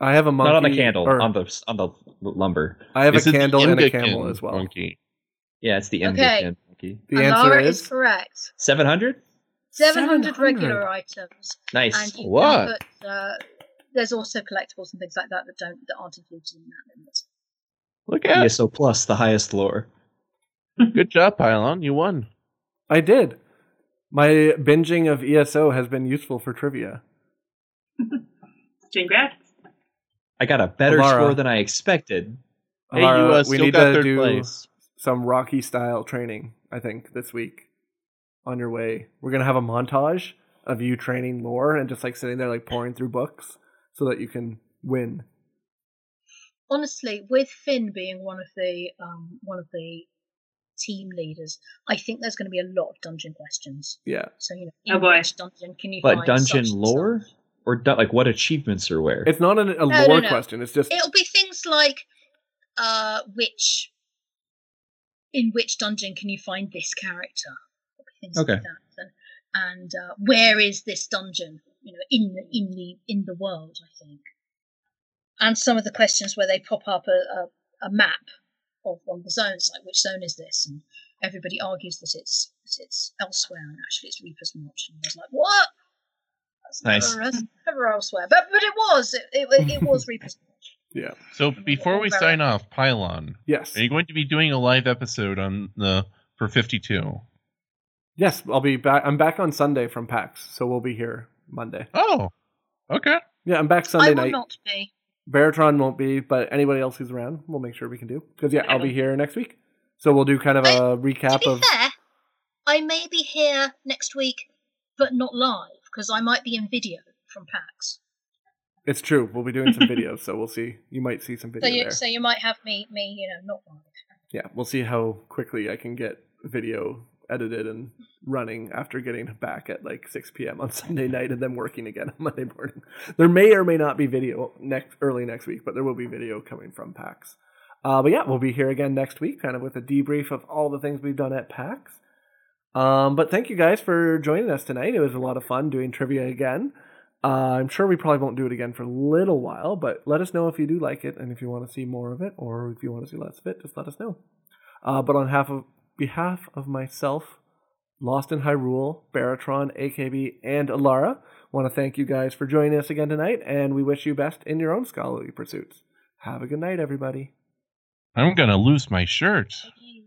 Speaker 1: I have a monkey.
Speaker 5: Not on a candle,
Speaker 1: or-
Speaker 5: on the on the lumber.
Speaker 1: I have
Speaker 6: Is
Speaker 1: a
Speaker 6: it the
Speaker 1: candle and a
Speaker 6: Inga
Speaker 1: camel
Speaker 6: kin
Speaker 1: as well.
Speaker 6: monkey?
Speaker 5: Yeah, it's the end
Speaker 4: Okay.
Speaker 5: of the monkey.
Speaker 1: The
Speaker 4: and
Speaker 1: answer
Speaker 4: Lara
Speaker 1: is
Speaker 4: correct.
Speaker 5: 700?
Speaker 4: 700,
Speaker 1: 700.
Speaker 4: regular items.
Speaker 5: Nice.
Speaker 4: And you
Speaker 6: What?
Speaker 4: can put, uh, there's also collectibles and things like that that don't that aren't included in that limit.
Speaker 6: Look at
Speaker 5: ESO plus the highest lore.
Speaker 6: Good job, Pylon. You won.
Speaker 1: I did. My binging of ESO has been useful for trivia.
Speaker 3: Congrats.
Speaker 5: I got a better
Speaker 1: Alara.
Speaker 5: score than I expected.
Speaker 6: Hey, you
Speaker 1: Lara,
Speaker 6: uh,
Speaker 1: we
Speaker 6: still
Speaker 1: need
Speaker 6: got
Speaker 1: to
Speaker 6: third
Speaker 1: do
Speaker 6: place.
Speaker 1: some Rocky style training. I think this week on your way, we're gonna have a montage of you training lore and just like sitting there like pouring through books so that you can win.
Speaker 4: honestly, with Finn being one of the um, one of the team leaders, I think there's going to be a lot of dungeon questions.
Speaker 1: Yeah,
Speaker 4: So you know,
Speaker 3: Oh,
Speaker 4: in
Speaker 3: boy.
Speaker 4: which dungeon can you
Speaker 5: But
Speaker 4: find
Speaker 5: dungeon
Speaker 4: such and
Speaker 5: lore?
Speaker 4: such?
Speaker 5: Or du- like what achievements are where?
Speaker 1: it's not an, a
Speaker 4: no,
Speaker 1: lore
Speaker 4: no.
Speaker 1: question. It's just
Speaker 4: It'll be things like uh, which in which dungeon can you find this character? Things
Speaker 5: Okay.
Speaker 4: like that. And and uh, where is this dungeon? You know, in the in the in the world, I think. And some of the questions where they pop up a, a, a map of, of the zones, like which zone is this, and everybody argues that it's that it's elsewhere, and actually it's Reaper's Notch. And I was like, what? That's
Speaker 5: Nice.
Speaker 4: never, that's never elsewhere, but but it was it
Speaker 5: [laughs]
Speaker 4: it, it was Reaper's Notch.
Speaker 1: Yeah.
Speaker 6: So before we sign off, Pylon,
Speaker 1: Yes.
Speaker 6: are you going to be doing a live episode on the for fifty two?
Speaker 1: Yes, I'll be back. I'm back on Sunday from PAX, so we'll be here Monday.
Speaker 6: Oh, okay.
Speaker 1: Yeah, I'm back
Speaker 4: I
Speaker 1: Sunday
Speaker 4: will
Speaker 1: night.
Speaker 4: not be.
Speaker 1: Baratron won't be, but anybody else who's around, we'll make sure we can do. Because yeah, I'll be here next week, so we'll do kind of a
Speaker 4: To
Speaker 1: recap
Speaker 4: be
Speaker 1: of.
Speaker 4: fair, I may be here next week, but not live because I might be in video from PAX.
Speaker 1: It's true. We'll be doing some videos, so we'll see. You might see some
Speaker 4: So
Speaker 1: video
Speaker 4: you
Speaker 1: there.
Speaker 4: so you might have me me you know not live.
Speaker 1: yeah, we'll see how quickly I can get video edited and running after getting back at like 6 p.m. on [laughs] Sunday night and then working again on [laughs] Monday morning. There may or may not be video next early next week, but there will be video coming from PAX. Uh, but yeah, we'll be here again next week, kind of with a debrief of all the things we've done at PAX. Um, but thank you guys for joining us tonight. It was a lot of fun doing trivia again. Uh, I'm sure we probably won't do it again for a little while, but let us know if you do like it and if you want to see more of it or if you want to see less of it, just let us know. Uh, but on half of behalf of myself, Lost in Hyrule, Baratron, AKB, and Alara, want to thank you guys for joining us again tonight, and we wish you best in your own scholarly pursuits. Have a good night, everybody.
Speaker 6: I'm gonna lose my shirt.
Speaker 4: Okay.